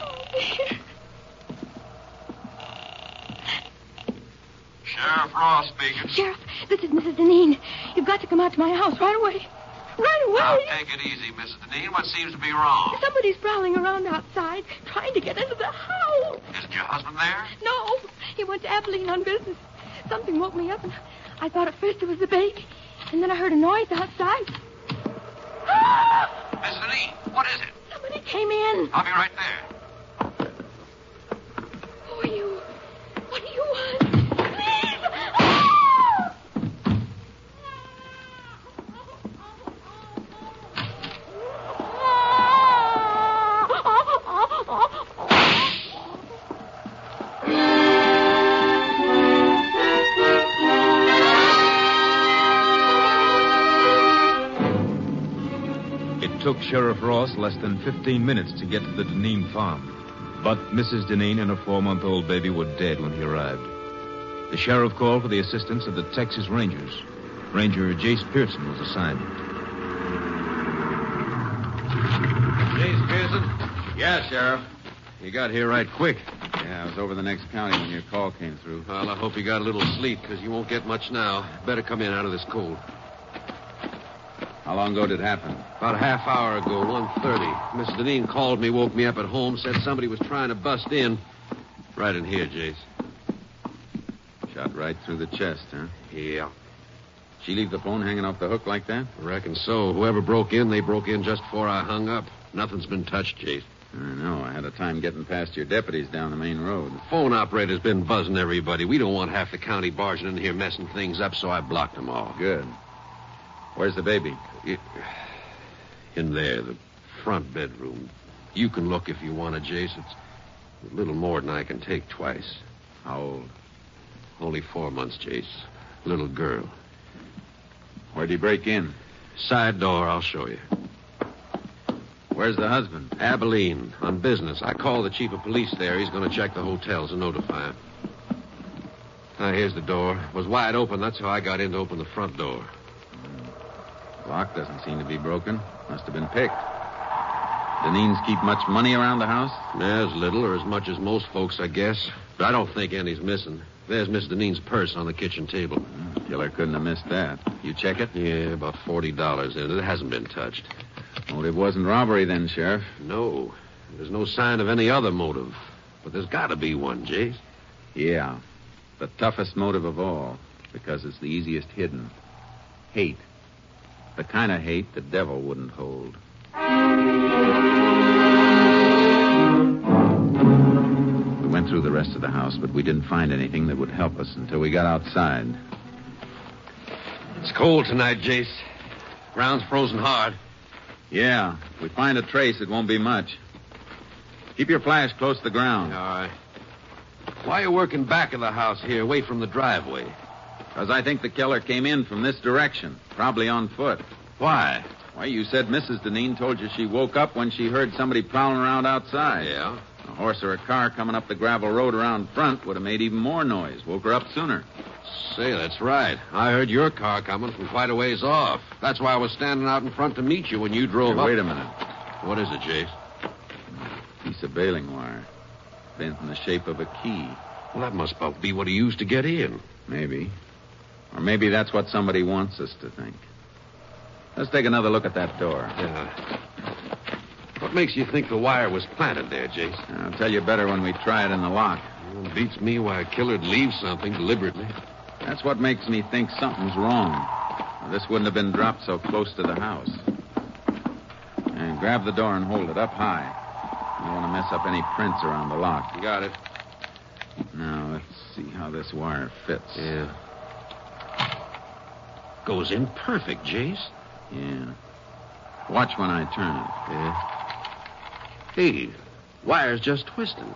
[SPEAKER 18] Sheriff Ross speaking.
[SPEAKER 16] Sheriff, this is Mrs. Deneen. You've got to come out to my house right away. Right
[SPEAKER 18] Now,
[SPEAKER 16] away.
[SPEAKER 18] take it easy, Mrs. Deneen. What seems to be wrong?
[SPEAKER 16] Somebody's prowling around outside, trying to get into the house.
[SPEAKER 18] Isn't your husband there?
[SPEAKER 16] No, he went to Abilene on business. Something woke me up, and I thought at first it was the baby, and then I heard a noise outside. Ah!
[SPEAKER 18] Mrs. Deneen, what is it?
[SPEAKER 16] Somebody came in.
[SPEAKER 18] I'll be right there.
[SPEAKER 16] Who are you? What do you want? Please! Ah!
[SPEAKER 4] took Sheriff Ross less than 15 minutes to get to the Deneen farm. But Mrs. Deneen and her four month old baby were dead when he arrived. The sheriff called for the assistance of the Texas Rangers. Ranger Jace Pearson was assigned. Jace
[SPEAKER 9] Pearson? Yes, Sheriff. You got here right quick. Yeah, I was over the next county when your call came through.
[SPEAKER 19] Well, I hope you got a little sleep, because you won't get much now. Better come in out of this cold.
[SPEAKER 9] How long ago did it happen?
[SPEAKER 19] About a half hour ago, 1.30. Miss Deneen called me, woke me up at home, said somebody was trying to bust in. Right in here, Jace.
[SPEAKER 9] Shot right through the chest, huh?
[SPEAKER 19] Yeah.
[SPEAKER 9] She leave the phone hanging off the hook like that?
[SPEAKER 19] I reckon so. Whoever broke in, they broke in just before I hung up. Nothing's been touched, Jace.
[SPEAKER 9] I know. I had a time getting past your deputies down the main road. The
[SPEAKER 19] phone operator's been buzzing everybody. We don't want half the county barging in here messing things up, so I blocked them all.
[SPEAKER 9] Good. Where's the baby?
[SPEAKER 19] It, in there, the front bedroom. You can look if you want to, Jace. It's a little more than I can take twice.
[SPEAKER 9] How old?
[SPEAKER 19] Only four months, Jace. Little girl.
[SPEAKER 9] Where'd he break in?
[SPEAKER 19] Side door, I'll show you.
[SPEAKER 9] Where's the husband?
[SPEAKER 19] Abilene, on business. I called the chief of police there. He's going to check the hotels and notify him. Now, here's the door. It was wide open. That's how I got in to open the front door.
[SPEAKER 9] Lock doesn't seem to be broken. Must have been picked. Deneen's keep much money around the house?
[SPEAKER 19] As little or as much as most folks, I guess. But I don't think any's missing. There's Miss Deneen's purse on the kitchen table.
[SPEAKER 9] Hmm, Killer couldn't have missed that. You check it?
[SPEAKER 19] Yeah, about $40 in it. It hasn't been touched.
[SPEAKER 9] Motive wasn't robbery then, Sheriff.
[SPEAKER 19] No. There's no sign of any other motive. But there's got to be one, Jase.
[SPEAKER 9] Yeah. The toughest motive of all, because it's the easiest hidden hate. The kind of hate the devil wouldn't hold. We went through the rest of the house, but we didn't find anything that would help us until we got outside.
[SPEAKER 19] It's cold tonight, Jase. Ground's frozen hard.
[SPEAKER 9] Yeah. If we find a trace, it won't be much. Keep your flash close to the ground.
[SPEAKER 19] All right. Why are you working back of the house here, away from the driveway?
[SPEAKER 9] Because I think the killer came in from this direction, probably on foot.
[SPEAKER 19] Why?
[SPEAKER 9] Why, you said Mrs. Deneen told you she woke up when she heard somebody prowling around outside.
[SPEAKER 19] Yeah.
[SPEAKER 9] A horse or a car coming up the gravel road around front would have made even more noise, woke her up sooner.
[SPEAKER 19] Say, that's right. I heard your car coming from quite a ways off. That's why I was standing out in front to meet you when you drove
[SPEAKER 9] hey,
[SPEAKER 19] up.
[SPEAKER 9] Wait a minute.
[SPEAKER 19] What is it, Chase?
[SPEAKER 9] Piece of baling wire. Bent in the shape of a key.
[SPEAKER 19] Well, that must be what he used to get in.
[SPEAKER 9] Maybe. Or maybe that's what somebody wants us to think. Let's take another look at that door.
[SPEAKER 19] Yeah. What makes you think the wire was planted there, Chase?
[SPEAKER 9] I'll tell you better when we try it in the lock.
[SPEAKER 19] Well, beats me why a killer'd leave something deliberately.
[SPEAKER 9] That's what makes me think something's wrong. Now, this wouldn't have been dropped so close to the house. And grab the door and hold it up high. You don't want to mess up any prints around the lock.
[SPEAKER 19] You got it.
[SPEAKER 9] Now, let's see how this wire fits.
[SPEAKER 19] Yeah. Goes in perfect, Jace.
[SPEAKER 9] Yeah. Watch when I turn it.
[SPEAKER 19] Yeah. Hey, wire's just twisting.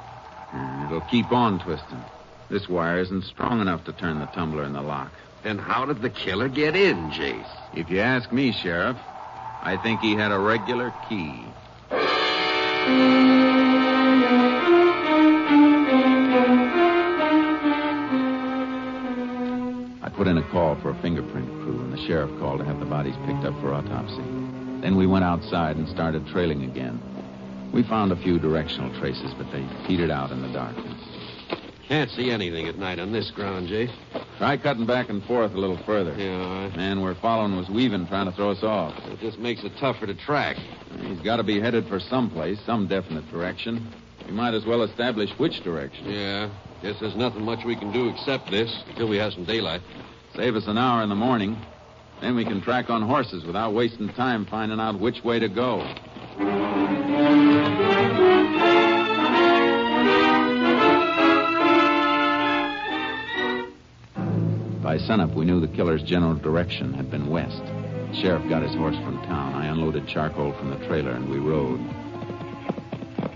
[SPEAKER 9] Yeah, it'll keep on twisting. This wire isn't strong enough to turn the tumbler in the lock.
[SPEAKER 19] Then how did the killer get in, Jace?
[SPEAKER 9] If you ask me, Sheriff, I think he had a regular key. I put in a call for a fingerprint crew, and the sheriff called to have the bodies picked up for autopsy. Then we went outside and started trailing again. We found a few directional traces, but they petered out in the darkness.
[SPEAKER 19] Can't see anything at night on this ground, Jay.
[SPEAKER 9] Try cutting back and forth a little further.
[SPEAKER 19] Yeah, all right.
[SPEAKER 9] Man we're following was weaving, trying to throw us off.
[SPEAKER 19] It just makes it tougher to track.
[SPEAKER 9] He's got to be headed for some place, some definite direction. We might as well establish which direction.
[SPEAKER 19] Yeah. Guess there's nothing much we can do except this until we have some daylight.
[SPEAKER 9] Save us an hour in the morning. Then we can track on horses without wasting time finding out which way to go. By sunup, we knew the killer's general direction had been west. The sheriff got his horse from town. I unloaded charcoal from the trailer, and we rode.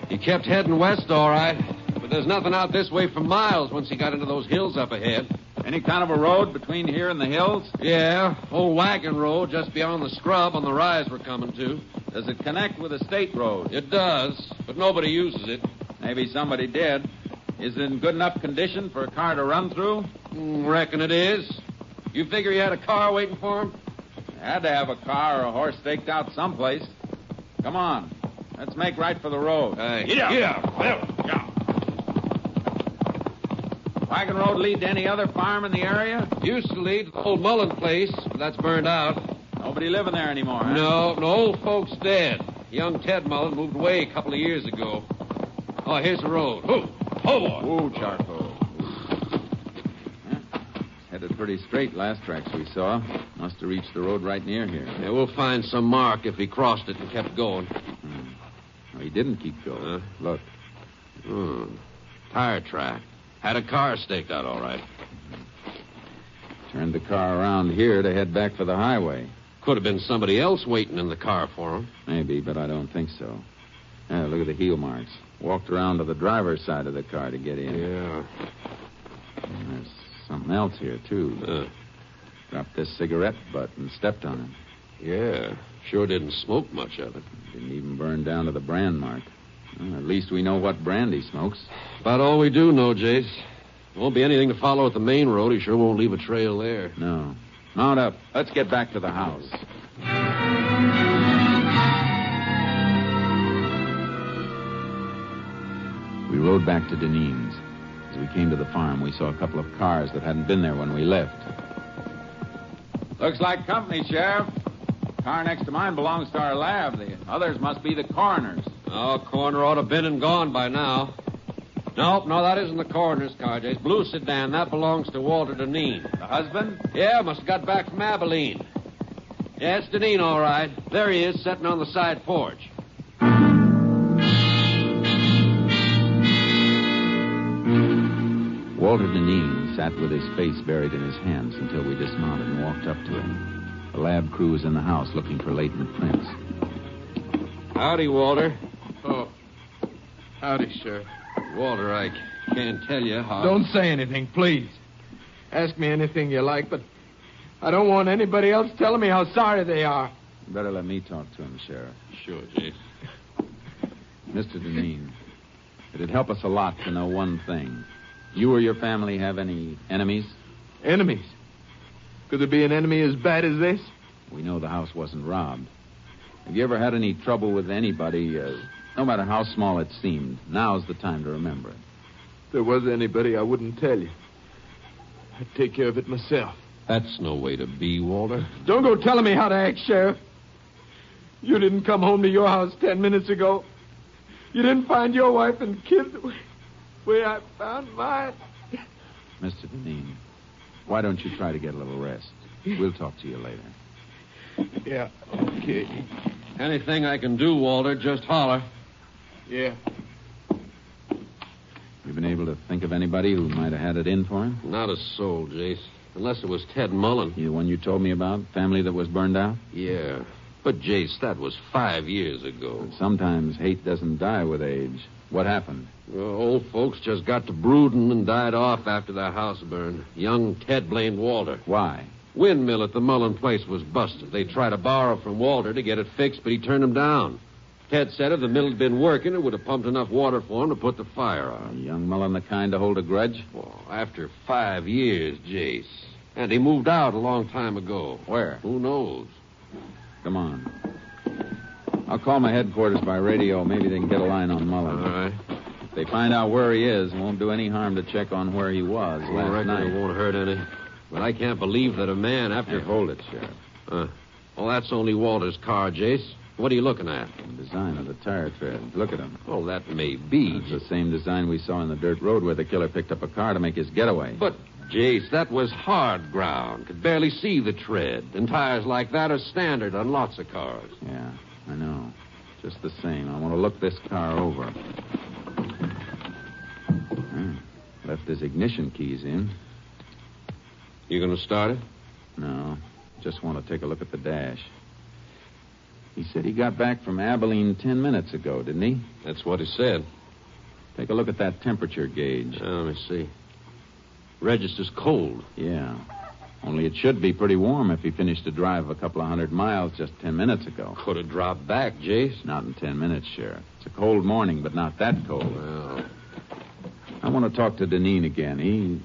[SPEAKER 19] He kept heading west, all right. But there's nothing out this way for miles once he got into those hills up ahead.
[SPEAKER 9] Any kind of a road between here and the hills?
[SPEAKER 19] Yeah, old wagon road just beyond the scrub on the rise we're coming to.
[SPEAKER 9] Does it connect with a state road?
[SPEAKER 19] It does, but nobody uses it.
[SPEAKER 9] Maybe somebody did. Is it in good enough condition for a car to run through? Mm,
[SPEAKER 19] Reckon it is. You figure he had a car waiting for him?
[SPEAKER 9] Had to have a car or a horse staked out someplace. Come on. Let's make right for the road.
[SPEAKER 19] Hey, get out. Get out.
[SPEAKER 9] Wagon Road lead to any other farm in the area?
[SPEAKER 19] Used to lead to the old Mullen place, but that's burned out.
[SPEAKER 9] Nobody living there anymore, huh?
[SPEAKER 19] No, no, old folks dead. Young Ted Mullen moved away a couple of years ago. Oh, here's the road. Hoo! Oh, boy.
[SPEAKER 9] Ooh, charcoal. Headed pretty straight last tracks we saw. Must have reached the road right near here.
[SPEAKER 19] Yeah, we'll find some mark if he crossed it and kept going.
[SPEAKER 9] Hmm. No, he didn't keep going. Look.
[SPEAKER 19] Hmm. Tire track. Had a car staked out all right.
[SPEAKER 9] Turned the car around here to head back for the highway.
[SPEAKER 19] Could have been somebody else waiting in the car for him.
[SPEAKER 9] Maybe, but I don't think so. Ah, look at the heel marks. Walked around to the driver's side of the car to get in.
[SPEAKER 19] Yeah.
[SPEAKER 9] There's something else here, too.
[SPEAKER 19] Uh.
[SPEAKER 9] Dropped this cigarette butt and stepped on it.
[SPEAKER 19] Yeah. Sure didn't smoke much of it.
[SPEAKER 9] Didn't even burn down to the brand mark. Well, at least we know what brand he smokes.
[SPEAKER 19] About all we do know, Jace. There won't be anything to follow at the main road. He sure won't leave a trail there.
[SPEAKER 9] No. Mount up. Let's get back to the house. We rode back to Deneen's. As we came to the farm, we saw a couple of cars that hadn't been there when we left. Looks like company, Sheriff. Car next to mine belongs to our lab. The others must be the coroner's.
[SPEAKER 19] Oh, corner ought to have been and gone by now. Nope, no, that isn't the coroner's car, Jace. Blue sedan, that belongs to Walter Deneen.
[SPEAKER 9] The husband?
[SPEAKER 19] Yeah, must have got back from Abilene. Yeah, it's Deneen, all right. There he is, sitting on the side porch.
[SPEAKER 9] Walter Deneen sat with his face buried in his hands until we dismounted and walked up to him. The lab crew was in the house looking for Leighton Prince.
[SPEAKER 19] Howdy, Walter.
[SPEAKER 2] Oh. Howdy, Sheriff.
[SPEAKER 19] Walter, I can't tell you how.
[SPEAKER 2] Don't say anything, please. Ask me anything you like, but I don't want anybody else telling me how sorry they are.
[SPEAKER 9] Better let me talk to him, Sheriff.
[SPEAKER 19] Sure, Jace.
[SPEAKER 9] Mr. Deneen, it'd help us a lot to know one thing. You or your family have any enemies?
[SPEAKER 2] Enemies. Could there be an enemy as bad as this?
[SPEAKER 9] We know the house wasn't robbed. Have you ever had any trouble with anybody, uh, no matter how small it seemed? Now's the time to remember.
[SPEAKER 2] If there was anybody, I wouldn't tell you. I'd take care of it myself.
[SPEAKER 19] That's no way to be, Walter.
[SPEAKER 2] Don't go telling me how to act, Sheriff. You didn't come home to your house ten minutes ago. You didn't find your wife and kid the way- way I found mine.
[SPEAKER 9] Mr. Deneen, why don't you try to get a little rest? We'll talk to you later.
[SPEAKER 2] Yeah. Okay.
[SPEAKER 19] Anything I can do, Walter, just holler.
[SPEAKER 2] Yeah.
[SPEAKER 9] You been able to think of anybody who might have had it in for him?
[SPEAKER 19] Not a soul, Jace. Unless it was Ted Mullen.
[SPEAKER 9] You, the one you told me about, family that was burned out?
[SPEAKER 19] Yeah. But, Jace, that was five years ago.
[SPEAKER 9] Sometimes hate doesn't die with age. What happened?
[SPEAKER 19] Well, old folks just got to brooding and died off after their house burned. Young Ted blamed Walter.
[SPEAKER 9] Why?
[SPEAKER 19] Windmill at the Mullen place was busted. They tried to borrow from Walter to get it fixed, but he turned 'em down. Ted said if the mill had been working, it would have pumped enough water for 'em to put the fire out.
[SPEAKER 9] Young Mullen the kind to hold a grudge?
[SPEAKER 19] Well, after five years, Jace. And he moved out a long time ago.
[SPEAKER 9] Where?
[SPEAKER 19] Who knows?
[SPEAKER 9] Come on. I'll call my headquarters by radio. Maybe they can get a line on
[SPEAKER 19] All
[SPEAKER 9] Mullen.
[SPEAKER 19] right.
[SPEAKER 9] If they find out where he is, it won't do any harm to check on where he was
[SPEAKER 19] I
[SPEAKER 9] last
[SPEAKER 19] reckon it
[SPEAKER 9] night.
[SPEAKER 19] won't hurt any. But I can't believe that a man after.
[SPEAKER 9] Here, hold it, Sheriff.
[SPEAKER 19] Uh, well, that's only Walter's car, Jace. What are you looking at?
[SPEAKER 9] The design of the tire tread. Look at him.
[SPEAKER 19] Well, that may be.
[SPEAKER 9] It's the same design we saw in the dirt road where the killer picked up a car to make his getaway.
[SPEAKER 19] But, Jace, that was hard ground. Could barely see the tread. And tires like that are standard on lots of cars.
[SPEAKER 9] Yeah, I know. Just the same, I want to look this car over. Hmm. Left his ignition keys in.
[SPEAKER 19] You going to start it?
[SPEAKER 9] No, just want to take a look at the dash. He said he got back from Abilene ten minutes ago, didn't he?
[SPEAKER 19] That's what he said. Oh,
[SPEAKER 9] Take a look at that temperature gauge.
[SPEAKER 19] Uh, let me see. Register's cold.
[SPEAKER 9] Yeah. Only it should be pretty warm if he finished a drive of a couple of hundred miles just ten minutes ago.
[SPEAKER 19] Could have dropped back, Jace.
[SPEAKER 9] Not in ten minutes, Sheriff. It's a cold morning, but not that cold.
[SPEAKER 19] Well.
[SPEAKER 9] I want to talk to Deneen again. He.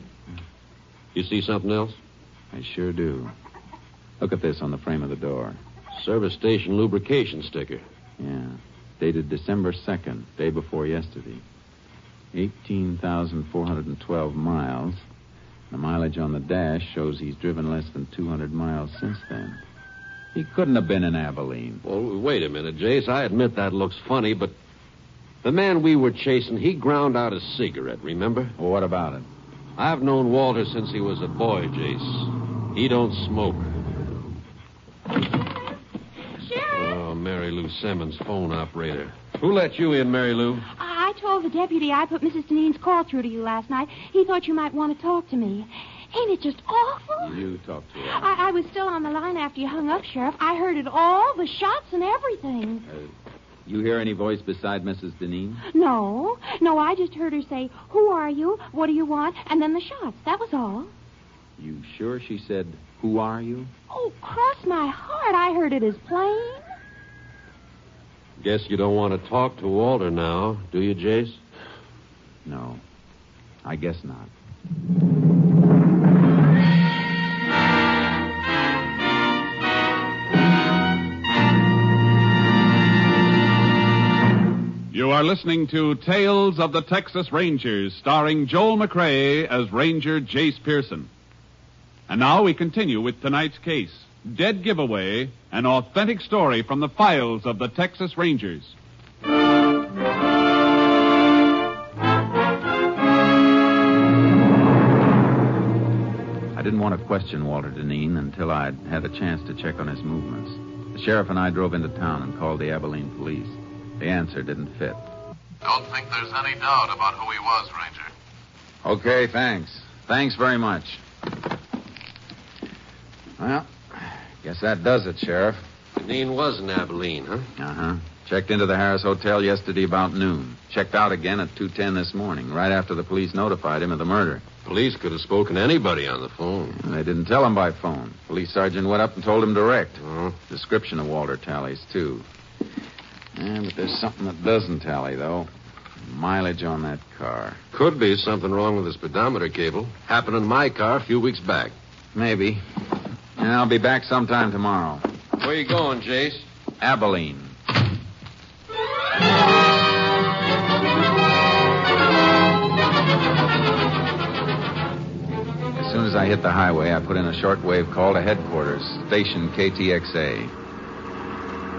[SPEAKER 19] You see something else?
[SPEAKER 9] I sure do. Look at this on the frame of the door.
[SPEAKER 19] Service station lubrication sticker.
[SPEAKER 9] Yeah. Dated December 2nd, day before yesterday. 18,412 miles. The mileage on the dash shows he's driven less than 200 miles since then. He couldn't have been in Abilene.
[SPEAKER 19] Well, wait a minute, Jace. I admit that looks funny, but the man we were chasing, he ground out a cigarette, remember?
[SPEAKER 9] Well, what about it?
[SPEAKER 19] I've known Walter since he was a boy, Jace. He don't smoke.
[SPEAKER 17] Sheriff!
[SPEAKER 19] Oh, Mary Lou Simmons, phone operator. Who let you in, Mary Lou?
[SPEAKER 17] I told the deputy I put Mrs. Deneen's call through to you last night. He thought you might want to talk to me. Ain't it just awful?
[SPEAKER 9] You talk to her.
[SPEAKER 17] I, I was still on the line after you hung up, Sheriff. I heard it all, the shots and everything.
[SPEAKER 9] Uh, you hear any voice beside Mrs. Deneen?
[SPEAKER 17] No, no, I just heard her say, Who are you? What do you want? And then the shots. That was all.
[SPEAKER 9] You sure she said, Who are you?
[SPEAKER 17] Oh, cross my heart. I heard it as plain.
[SPEAKER 19] Guess you don't want to talk to Walter now, do you, Jace?
[SPEAKER 9] No. I guess not.
[SPEAKER 3] You are listening to Tales of the Texas Rangers, starring Joel McRae as Ranger Jace Pearson. And now we continue with tonight's case Dead Giveaway, an authentic story from the files of the Texas Rangers.
[SPEAKER 9] I didn't want to question Walter Deneen until I'd had a chance to check on his movements. The sheriff and I drove into town and called the Abilene police. The answer didn't fit.
[SPEAKER 2] Don't think there's any doubt about who he was, Ranger.
[SPEAKER 9] Okay, thanks. Thanks very much. Well, guess that does it, Sheriff.
[SPEAKER 19] Deneen was in Abilene, huh?
[SPEAKER 9] Uh huh. Checked into the Harris Hotel yesterday about noon. Checked out again at 2.10 this morning, right after the police notified him of the murder.
[SPEAKER 19] Police could have spoken to anybody on the phone.
[SPEAKER 9] And they didn't tell him by phone. Police sergeant went up and told him direct.
[SPEAKER 19] Oh.
[SPEAKER 9] Description of Walter tallies, too. Yeah, but there's something that doesn't tally, though. Mileage on that car.
[SPEAKER 19] Could be something wrong with the speedometer cable. Happened in my car a few weeks back.
[SPEAKER 9] Maybe. And I'll be back sometime tomorrow.
[SPEAKER 19] Where you going, Jace?
[SPEAKER 9] Abilene. As soon as I hit the highway, I put in a shortwave call to headquarters, station KTXA.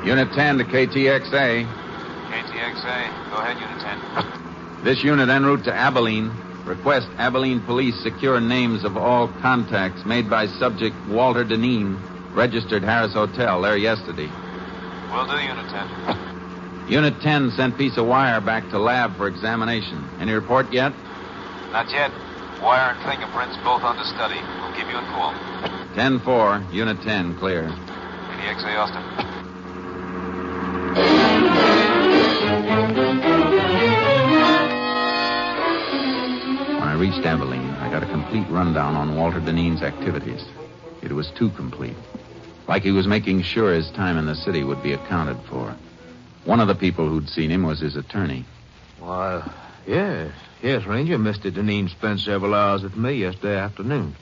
[SPEAKER 9] Unit 10 to KTXA.
[SPEAKER 20] KTXA. Go ahead, Unit 10.
[SPEAKER 9] This unit en route to Abilene. Request Abilene Police secure names of all contacts made by subject Walter Deneen, registered Harris Hotel there yesterday.
[SPEAKER 20] Will do, Unit 10.
[SPEAKER 9] Unit 10 sent piece of wire back to lab for examination. Any report yet?
[SPEAKER 20] Not yet. Wire and fingerprints both under study. We'll give you informed.
[SPEAKER 9] 10 4, Unit 10 clear.
[SPEAKER 20] KTXA Austin.
[SPEAKER 9] When I reached Abilene, I got a complete rundown on Walter Deneen's activities. It was too complete. Like he was making sure his time in the city would be accounted for. One of the people who'd seen him was his attorney.
[SPEAKER 4] Why, yes. Yes, Ranger. Mr. Deneen spent several hours with me yesterday afternoon.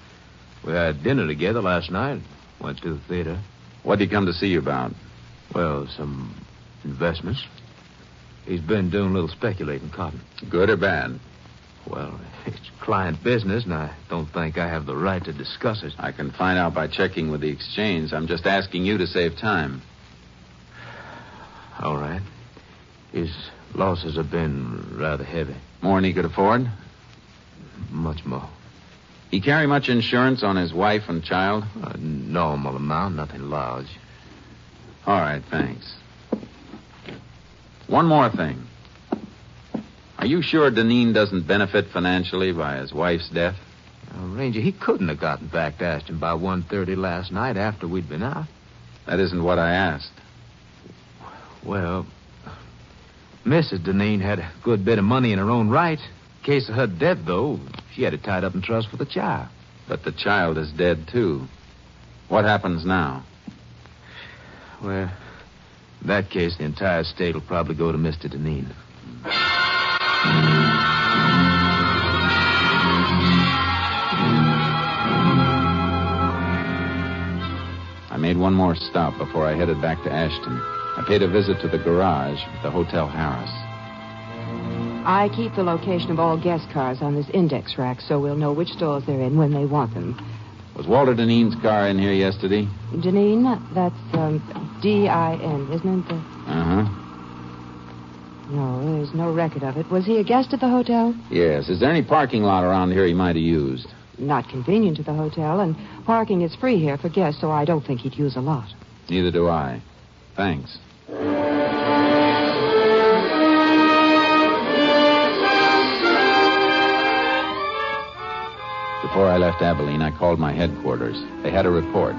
[SPEAKER 4] We had dinner together last night. Went to the theater.
[SPEAKER 9] What'd he come to see you about?
[SPEAKER 4] Well, some investments. He's been doing a little speculating, Cotton.
[SPEAKER 9] Good or bad?
[SPEAKER 4] Well, it's client business, and I don't think I have the right to discuss it.
[SPEAKER 9] I can find out by checking with the exchange. I'm just asking you to save time.
[SPEAKER 4] All right. His losses have been rather heavy.
[SPEAKER 9] More than he could afford?
[SPEAKER 4] Much more.
[SPEAKER 9] He carry much insurance on his wife and child?
[SPEAKER 4] A normal amount, nothing large.
[SPEAKER 9] All right, thanks. One more thing. Are you sure Deneen doesn't benefit financially by his wife's death?
[SPEAKER 4] Now, Ranger, he couldn't have gotten back to Ashton by 1.30 last night after we'd been out.
[SPEAKER 9] That isn't what I asked.
[SPEAKER 4] Well, Mrs. Deneen had a good bit of money in her own right. Case of her death, though, she had it tied up in trust for the child.
[SPEAKER 9] But the child is dead, too. What happens now?
[SPEAKER 21] Well, in that case, the entire state will probably go to Mr. Deneen.
[SPEAKER 9] I made one more stop before I headed back to Ashton. I paid a visit to the garage at the Hotel Harris.
[SPEAKER 22] I keep the location of all guest cars on this index rack so we'll know which stores they're in when they want them.
[SPEAKER 9] Was Walter Deneen's car in here yesterday?
[SPEAKER 22] Janine, that's um, D I N, isn't it? The...
[SPEAKER 9] Uh huh.
[SPEAKER 22] No, there's no record of it. Was he a guest at the hotel?
[SPEAKER 9] Yes. Is there any parking lot around here he might have used?
[SPEAKER 22] Not convenient to the hotel, and parking is free here for guests, so I don't think he'd use a lot.
[SPEAKER 9] Neither do I. Thanks. Before I left Abilene, I called my headquarters. They had a report.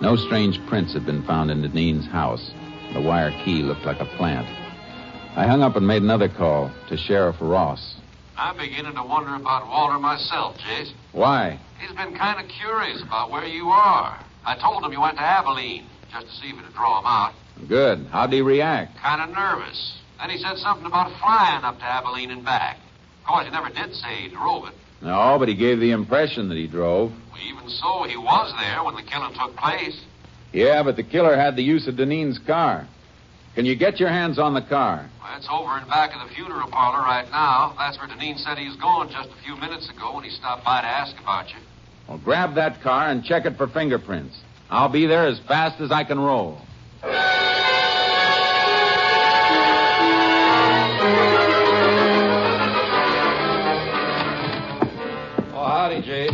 [SPEAKER 9] No strange prints had been found in Deneen's house. The wire key looked like a plant. I hung up and made another call to Sheriff Ross.
[SPEAKER 23] I'm beginning to wonder about Walter myself, Jace.
[SPEAKER 9] Why?
[SPEAKER 23] He's been kind of curious about where you are. I told him you went to Abilene just to see if it'd draw him out.
[SPEAKER 9] Good. How'd he react?
[SPEAKER 23] Kind of nervous. Then he said something about flying up to Abilene and back. Of course, he never did say he drove it.
[SPEAKER 9] No, but he gave the impression that he drove.
[SPEAKER 23] Well, even so, he was there when the killing took place.
[SPEAKER 9] Yeah, but the killer had the use of Deneen's car. Can you get your hands on the car?
[SPEAKER 23] Well, it's over in back of the funeral parlor right now. That's where Deneen said he was going just a few minutes ago when he stopped by to ask about you.
[SPEAKER 9] Well, grab that car and check it for fingerprints. I'll be there as fast as I can roll.
[SPEAKER 23] Oh, howdy, Jay.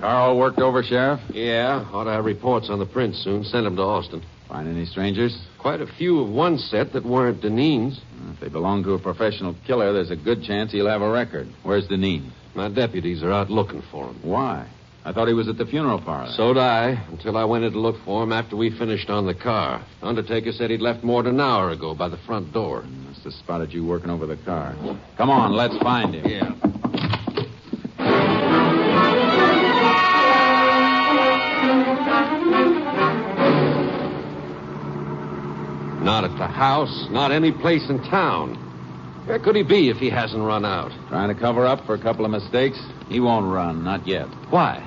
[SPEAKER 9] Car all worked over, Sheriff?
[SPEAKER 19] Yeah, ought to have reports on the prints soon. Send them to Austin.
[SPEAKER 9] Find any strangers?
[SPEAKER 19] Quite a few of one set that weren't Deneen's.
[SPEAKER 9] If they belong to a professional killer, there's a good chance he'll have a record. Where's Deneen?
[SPEAKER 19] My deputies are out looking for him.
[SPEAKER 9] Why? I thought he was at the funeral parlor.
[SPEAKER 19] So did I, until I went in to look for him after we finished on the car. Undertaker said he'd left more than an hour ago by the front door.
[SPEAKER 9] He must have spotted you working over the car. Come on, let's find him.
[SPEAKER 19] Yeah. Not at the house, not any place in town. Where could he be if he hasn't run out?
[SPEAKER 9] Trying to cover up for a couple of mistakes? He won't run, not yet.
[SPEAKER 19] Why?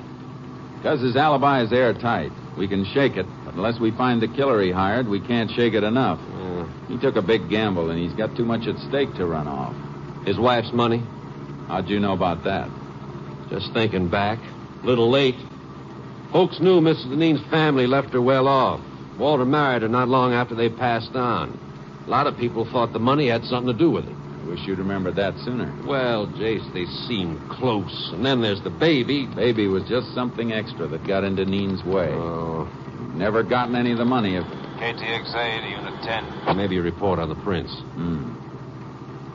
[SPEAKER 9] Because his alibi is airtight. We can shake it, but unless we find the killer he hired, we can't shake it enough.
[SPEAKER 19] Yeah.
[SPEAKER 9] He took a big gamble, and he's got too much at stake to run off.
[SPEAKER 19] His wife's money?
[SPEAKER 9] How'd you know about that?
[SPEAKER 19] Just thinking back. Little late. Folks knew Mrs. Deneen's family left her well off. Walter married her not long after they passed on. A lot of people thought the money had something to do with it.
[SPEAKER 9] I wish you'd remembered that sooner.
[SPEAKER 19] Well, Jace, they seemed close. And then there's the baby.
[SPEAKER 9] Baby was just something extra that got into Neen's way.
[SPEAKER 19] Oh.
[SPEAKER 9] Never gotten any of the money if.
[SPEAKER 4] KTXA to Unit 10.
[SPEAKER 19] Maybe a report on the prints.
[SPEAKER 9] Hmm.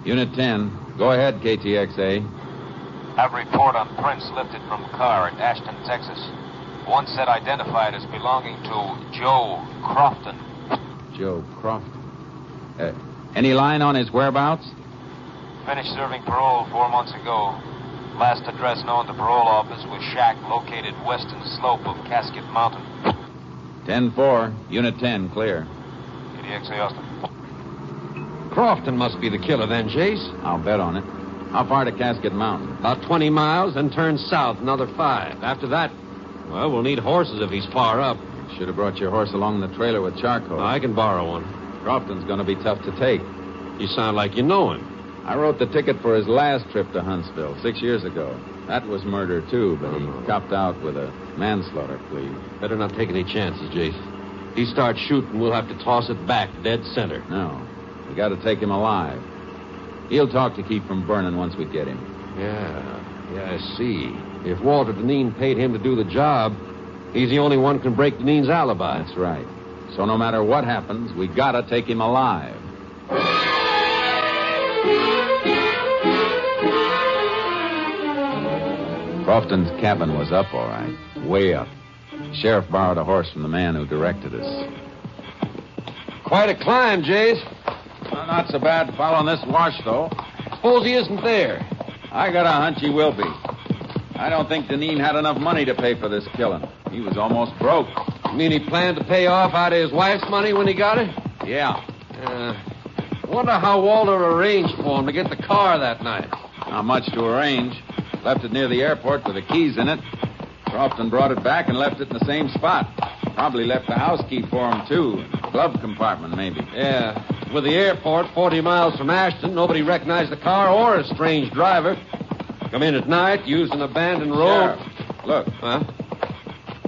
[SPEAKER 9] Unit 10. Go ahead, KTXA.
[SPEAKER 4] Have report on prints lifted from car in Ashton, Texas. One set identified as belonging to Joe Crofton.
[SPEAKER 9] Joe Crofton? Uh, any line on his whereabouts?
[SPEAKER 4] Finished serving parole four months ago. Last address known to parole office was shack located western slope of Casket Mountain.
[SPEAKER 9] 10-4, Unit 10, clear.
[SPEAKER 4] KDXA Austin.
[SPEAKER 19] Crofton must be the killer then, Chase.
[SPEAKER 9] I'll bet on it. How far to Casket Mountain?
[SPEAKER 19] About 20 miles, then turn south another five. After that, well, we'll need horses if he's far up.
[SPEAKER 9] Should have brought your horse along the trailer with charcoal.
[SPEAKER 19] No, I can borrow one.
[SPEAKER 9] Crofton's going to be tough to take.
[SPEAKER 19] You sound like you know him.
[SPEAKER 9] I wrote the ticket for his last trip to Huntsville six years ago. That was murder, too, but he copped out with a manslaughter plea.
[SPEAKER 19] Oh, Better not take any chances, Jace. If he starts shooting, we'll have to toss it back dead center.
[SPEAKER 9] No. We got to take him alive. He'll talk to keep from burning once we get him.
[SPEAKER 19] Yeah. Yeah, I see. If Walter Deneen paid him to do the job, he's the only one can break Deneen's alibi.
[SPEAKER 9] That's right. So no matter what happens, we gotta take him alive. Crofton's cabin was up, all right. Way up. The sheriff borrowed a horse from the man who directed us.
[SPEAKER 19] Quite a climb, Jace.
[SPEAKER 9] Well, not so bad following this wash, though.
[SPEAKER 19] Suppose he isn't there.
[SPEAKER 9] I got a hunch he will be. I don't think Deneen had enough money to pay for this killing. He was almost broke.
[SPEAKER 19] You mean he planned to pay off out of his wife's money when he got it?
[SPEAKER 9] Yeah.
[SPEAKER 19] Uh, wonder how Walter arranged for him to get the car that night.
[SPEAKER 9] Not much to arrange. Left it near the airport with the keys in it. Crofton brought it back and left it in the same spot. Probably left the house key for him, too. Glove compartment, maybe.
[SPEAKER 19] Yeah. With the airport 40 miles from Ashton, nobody recognized the car or a strange driver. Come in at night, use an abandoned road.
[SPEAKER 9] Sure. Look.
[SPEAKER 19] Huh?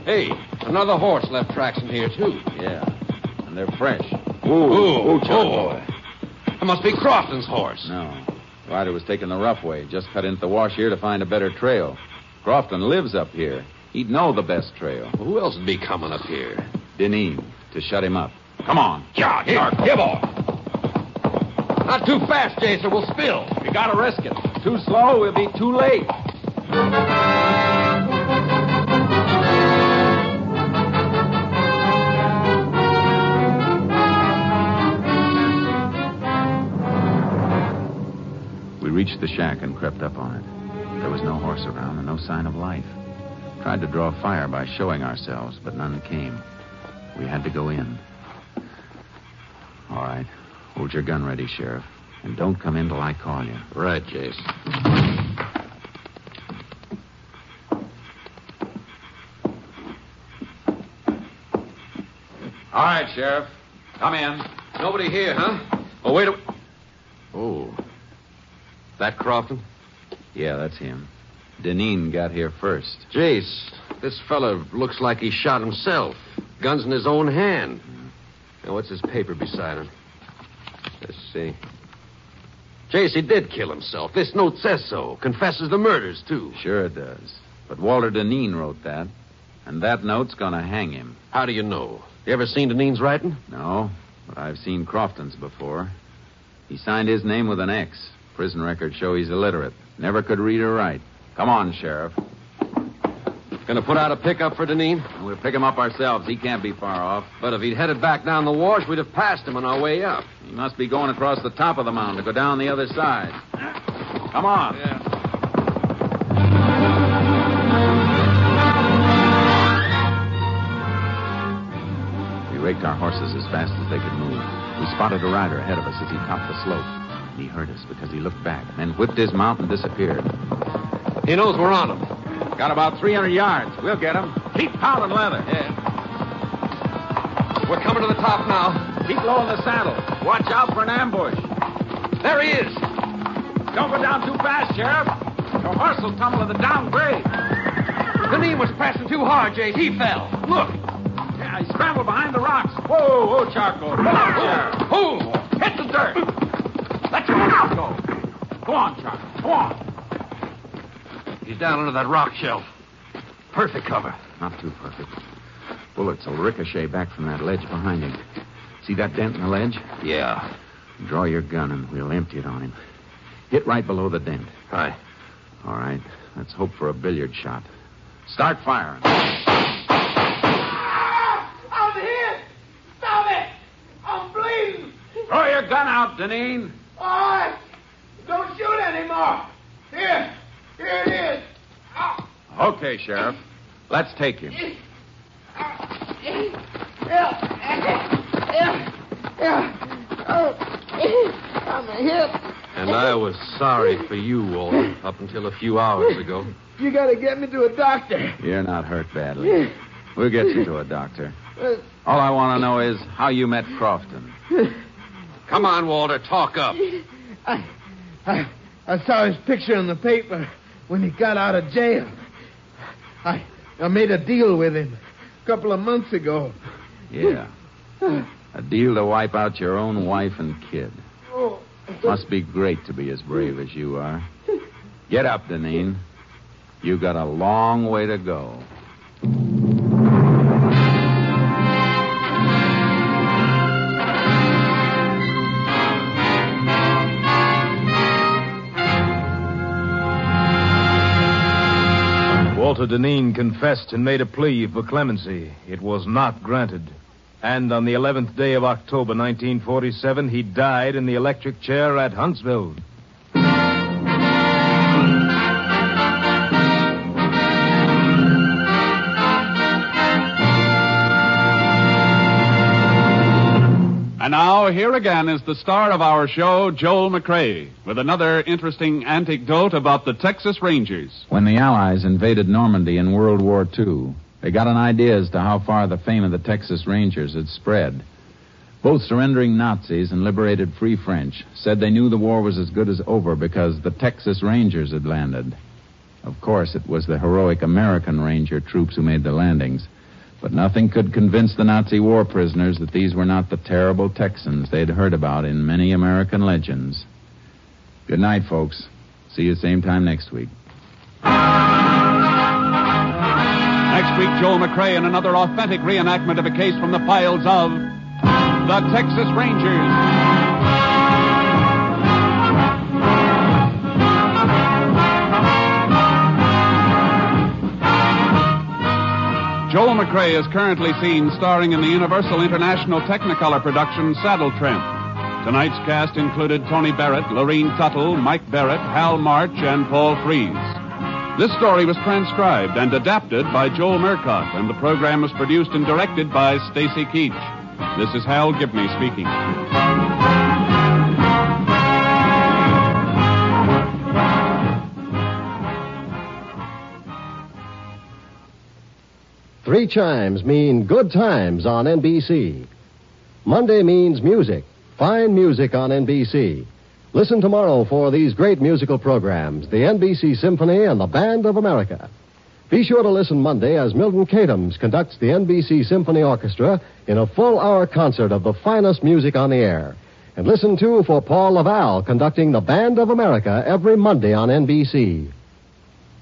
[SPEAKER 19] Hey, another horse left tracks in here, too.
[SPEAKER 9] Yeah. And they're fresh.
[SPEAKER 19] Ooh. Ooh. Ooh, John. That must be Crofton's horse.
[SPEAKER 9] No. Ryder was taking the rough way. Just cut into the wash here to find a better trail. Crofton lives up here. He'd know the best trail.
[SPEAKER 19] Well, who else would be coming up here?
[SPEAKER 9] Deneen, to shut him up. Come on.
[SPEAKER 19] Yeah, here, here, boy. Not too fast, Jason. We'll spill.
[SPEAKER 9] We gotta risk it. Too slow, we'll be too late. We reached the shack and crept up on it. There was no horse around and no sign of life. Tried to draw fire by showing ourselves, but none came. We had to go in. All right. Hold your gun ready, Sheriff. And don't come in till I call you.
[SPEAKER 19] Right, Jason.
[SPEAKER 9] All right, Sheriff. Come in.
[SPEAKER 19] Nobody here, huh? Oh, wait a.
[SPEAKER 9] Oh.
[SPEAKER 19] That Crofton?
[SPEAKER 9] Yeah, that's him. Deneen got here first.
[SPEAKER 19] Jace, this fella looks like he shot himself. Guns in his own hand. Mm. Now, what's his paper beside him? Let's see. Chase, he did kill himself. This note says so. Confesses the murders, too.
[SPEAKER 9] Sure it does. But Walter Deneen wrote that. And that note's gonna hang him.
[SPEAKER 19] How do you know? You ever seen Deneen's writing?
[SPEAKER 9] No, but I've seen Crofton's before. He signed his name with an X. Prison records show he's illiterate. Never could read or write. Come on, Sheriff.
[SPEAKER 19] Gonna put out a pickup for Deneen?
[SPEAKER 9] We'll pick him up ourselves. He can't be far off.
[SPEAKER 19] But if he'd headed back down the wash, we'd have passed him on our way up.
[SPEAKER 9] He must be going across the top of the mountain to go down the other side. Come on.
[SPEAKER 19] Yeah.
[SPEAKER 9] We raked our horses as fast as they could move. We spotted a rider ahead of us as he topped the slope. He heard us because he looked back, then whipped his mount and disappeared.
[SPEAKER 19] He knows we're on him.
[SPEAKER 9] Got about 300 yards. We'll get him. Keep pounding leather.
[SPEAKER 19] Yeah. We're coming to the top now.
[SPEAKER 9] Keep low in the saddle. Watch out for an ambush.
[SPEAKER 19] There he is.
[SPEAKER 9] Don't go down too fast, Sheriff. Your horse will tumble to the down grade.
[SPEAKER 19] The knee was pressing too hard, Jase. He fell. Look.
[SPEAKER 9] Yeah, he scrambled behind the rocks. Whoa, whoa, charcoal. Come on, Sheriff.
[SPEAKER 19] Boom.
[SPEAKER 9] Hit the dirt. Let your mouth go. Go on, Charcoal. Go on.
[SPEAKER 19] He's down under that rock shelf. Perfect cover.
[SPEAKER 9] Not too perfect. Bullets will ricochet back from that ledge behind him. See that dent in the ledge?
[SPEAKER 19] Yeah.
[SPEAKER 9] Draw your gun and we'll empty it on him. Hit right below the dent.
[SPEAKER 19] Right.
[SPEAKER 9] All right. Let's hope for a billiard shot. Start firing.
[SPEAKER 2] Ah! I'm hit! Stop it! I'm bleeding!
[SPEAKER 9] Throw your gun out, Deneen.
[SPEAKER 2] All right. Don't shoot anymore. Here. Here it is. Ow.
[SPEAKER 9] Okay, Sheriff. Let's take him.
[SPEAKER 19] And I was sorry for you, Walter, up until a few hours ago.
[SPEAKER 2] You gotta get me to a doctor.
[SPEAKER 9] You're not hurt badly. We'll get you to a doctor. All I want to know is how you met Crofton.
[SPEAKER 19] Come on, Walter, talk up.
[SPEAKER 2] I, I, I saw his picture in the paper when he got out of jail. I, I made a deal with him a couple of months ago.
[SPEAKER 9] Yeah. a deal to wipe out your own wife and kid. Oh. Must be great to be as brave as you are. Get up, Deneen. You got a long way to go.
[SPEAKER 4] Walter Deneen confessed and made a plea for clemency. It was not granted. And on the 11th day of October 1947, he died in the electric chair at Huntsville.
[SPEAKER 3] Now, here again is the star of our show, Joel McRae, with another interesting anecdote about the Texas Rangers.
[SPEAKER 9] When the Allies invaded Normandy in World War II, they got an idea as to how far the fame of the Texas Rangers had spread. Both surrendering Nazis and liberated free French said they knew the war was as good as over because the Texas Rangers had landed. Of course, it was the heroic American Ranger troops who made the landings. But nothing could convince the Nazi war prisoners that these were not the terrible Texans they'd heard about in many American legends. Good night, folks. See you same time next week.
[SPEAKER 3] Next week, Joel McRae in another authentic reenactment of a case from the files of the Texas Rangers. Joel McRae is currently seen starring in the Universal International Technicolor production Saddle Tramp. Tonight's cast included Tony Barrett, Lorene Tuttle, Mike Barrett, Hal March, and Paul Fries. This story was transcribed and adapted by Joel Murcott, and the program was produced and directed by Stacy Keach. This is Hal Gibney speaking.
[SPEAKER 24] Three chimes mean good times on NBC. Monday means music, fine music on NBC. Listen tomorrow for these great musical programs the NBC Symphony and the Band of America. Be sure to listen Monday as Milton Cadams conducts the NBC Symphony Orchestra in a full hour concert of the finest music on the air. And listen too for Paul Laval conducting the Band of America every Monday on NBC.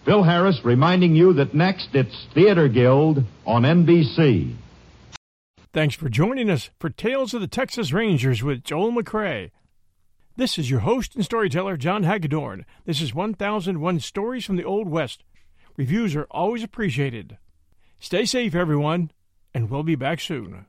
[SPEAKER 4] Phil Harris reminding you that next it's Theater Guild on NBC.
[SPEAKER 1] Thanks for joining us for Tales of the Texas Rangers with Joel McRae. This is your host and storyteller, John Hagedorn. This is 1001 Stories from the Old West. Reviews are always appreciated. Stay safe, everyone, and we'll be back soon.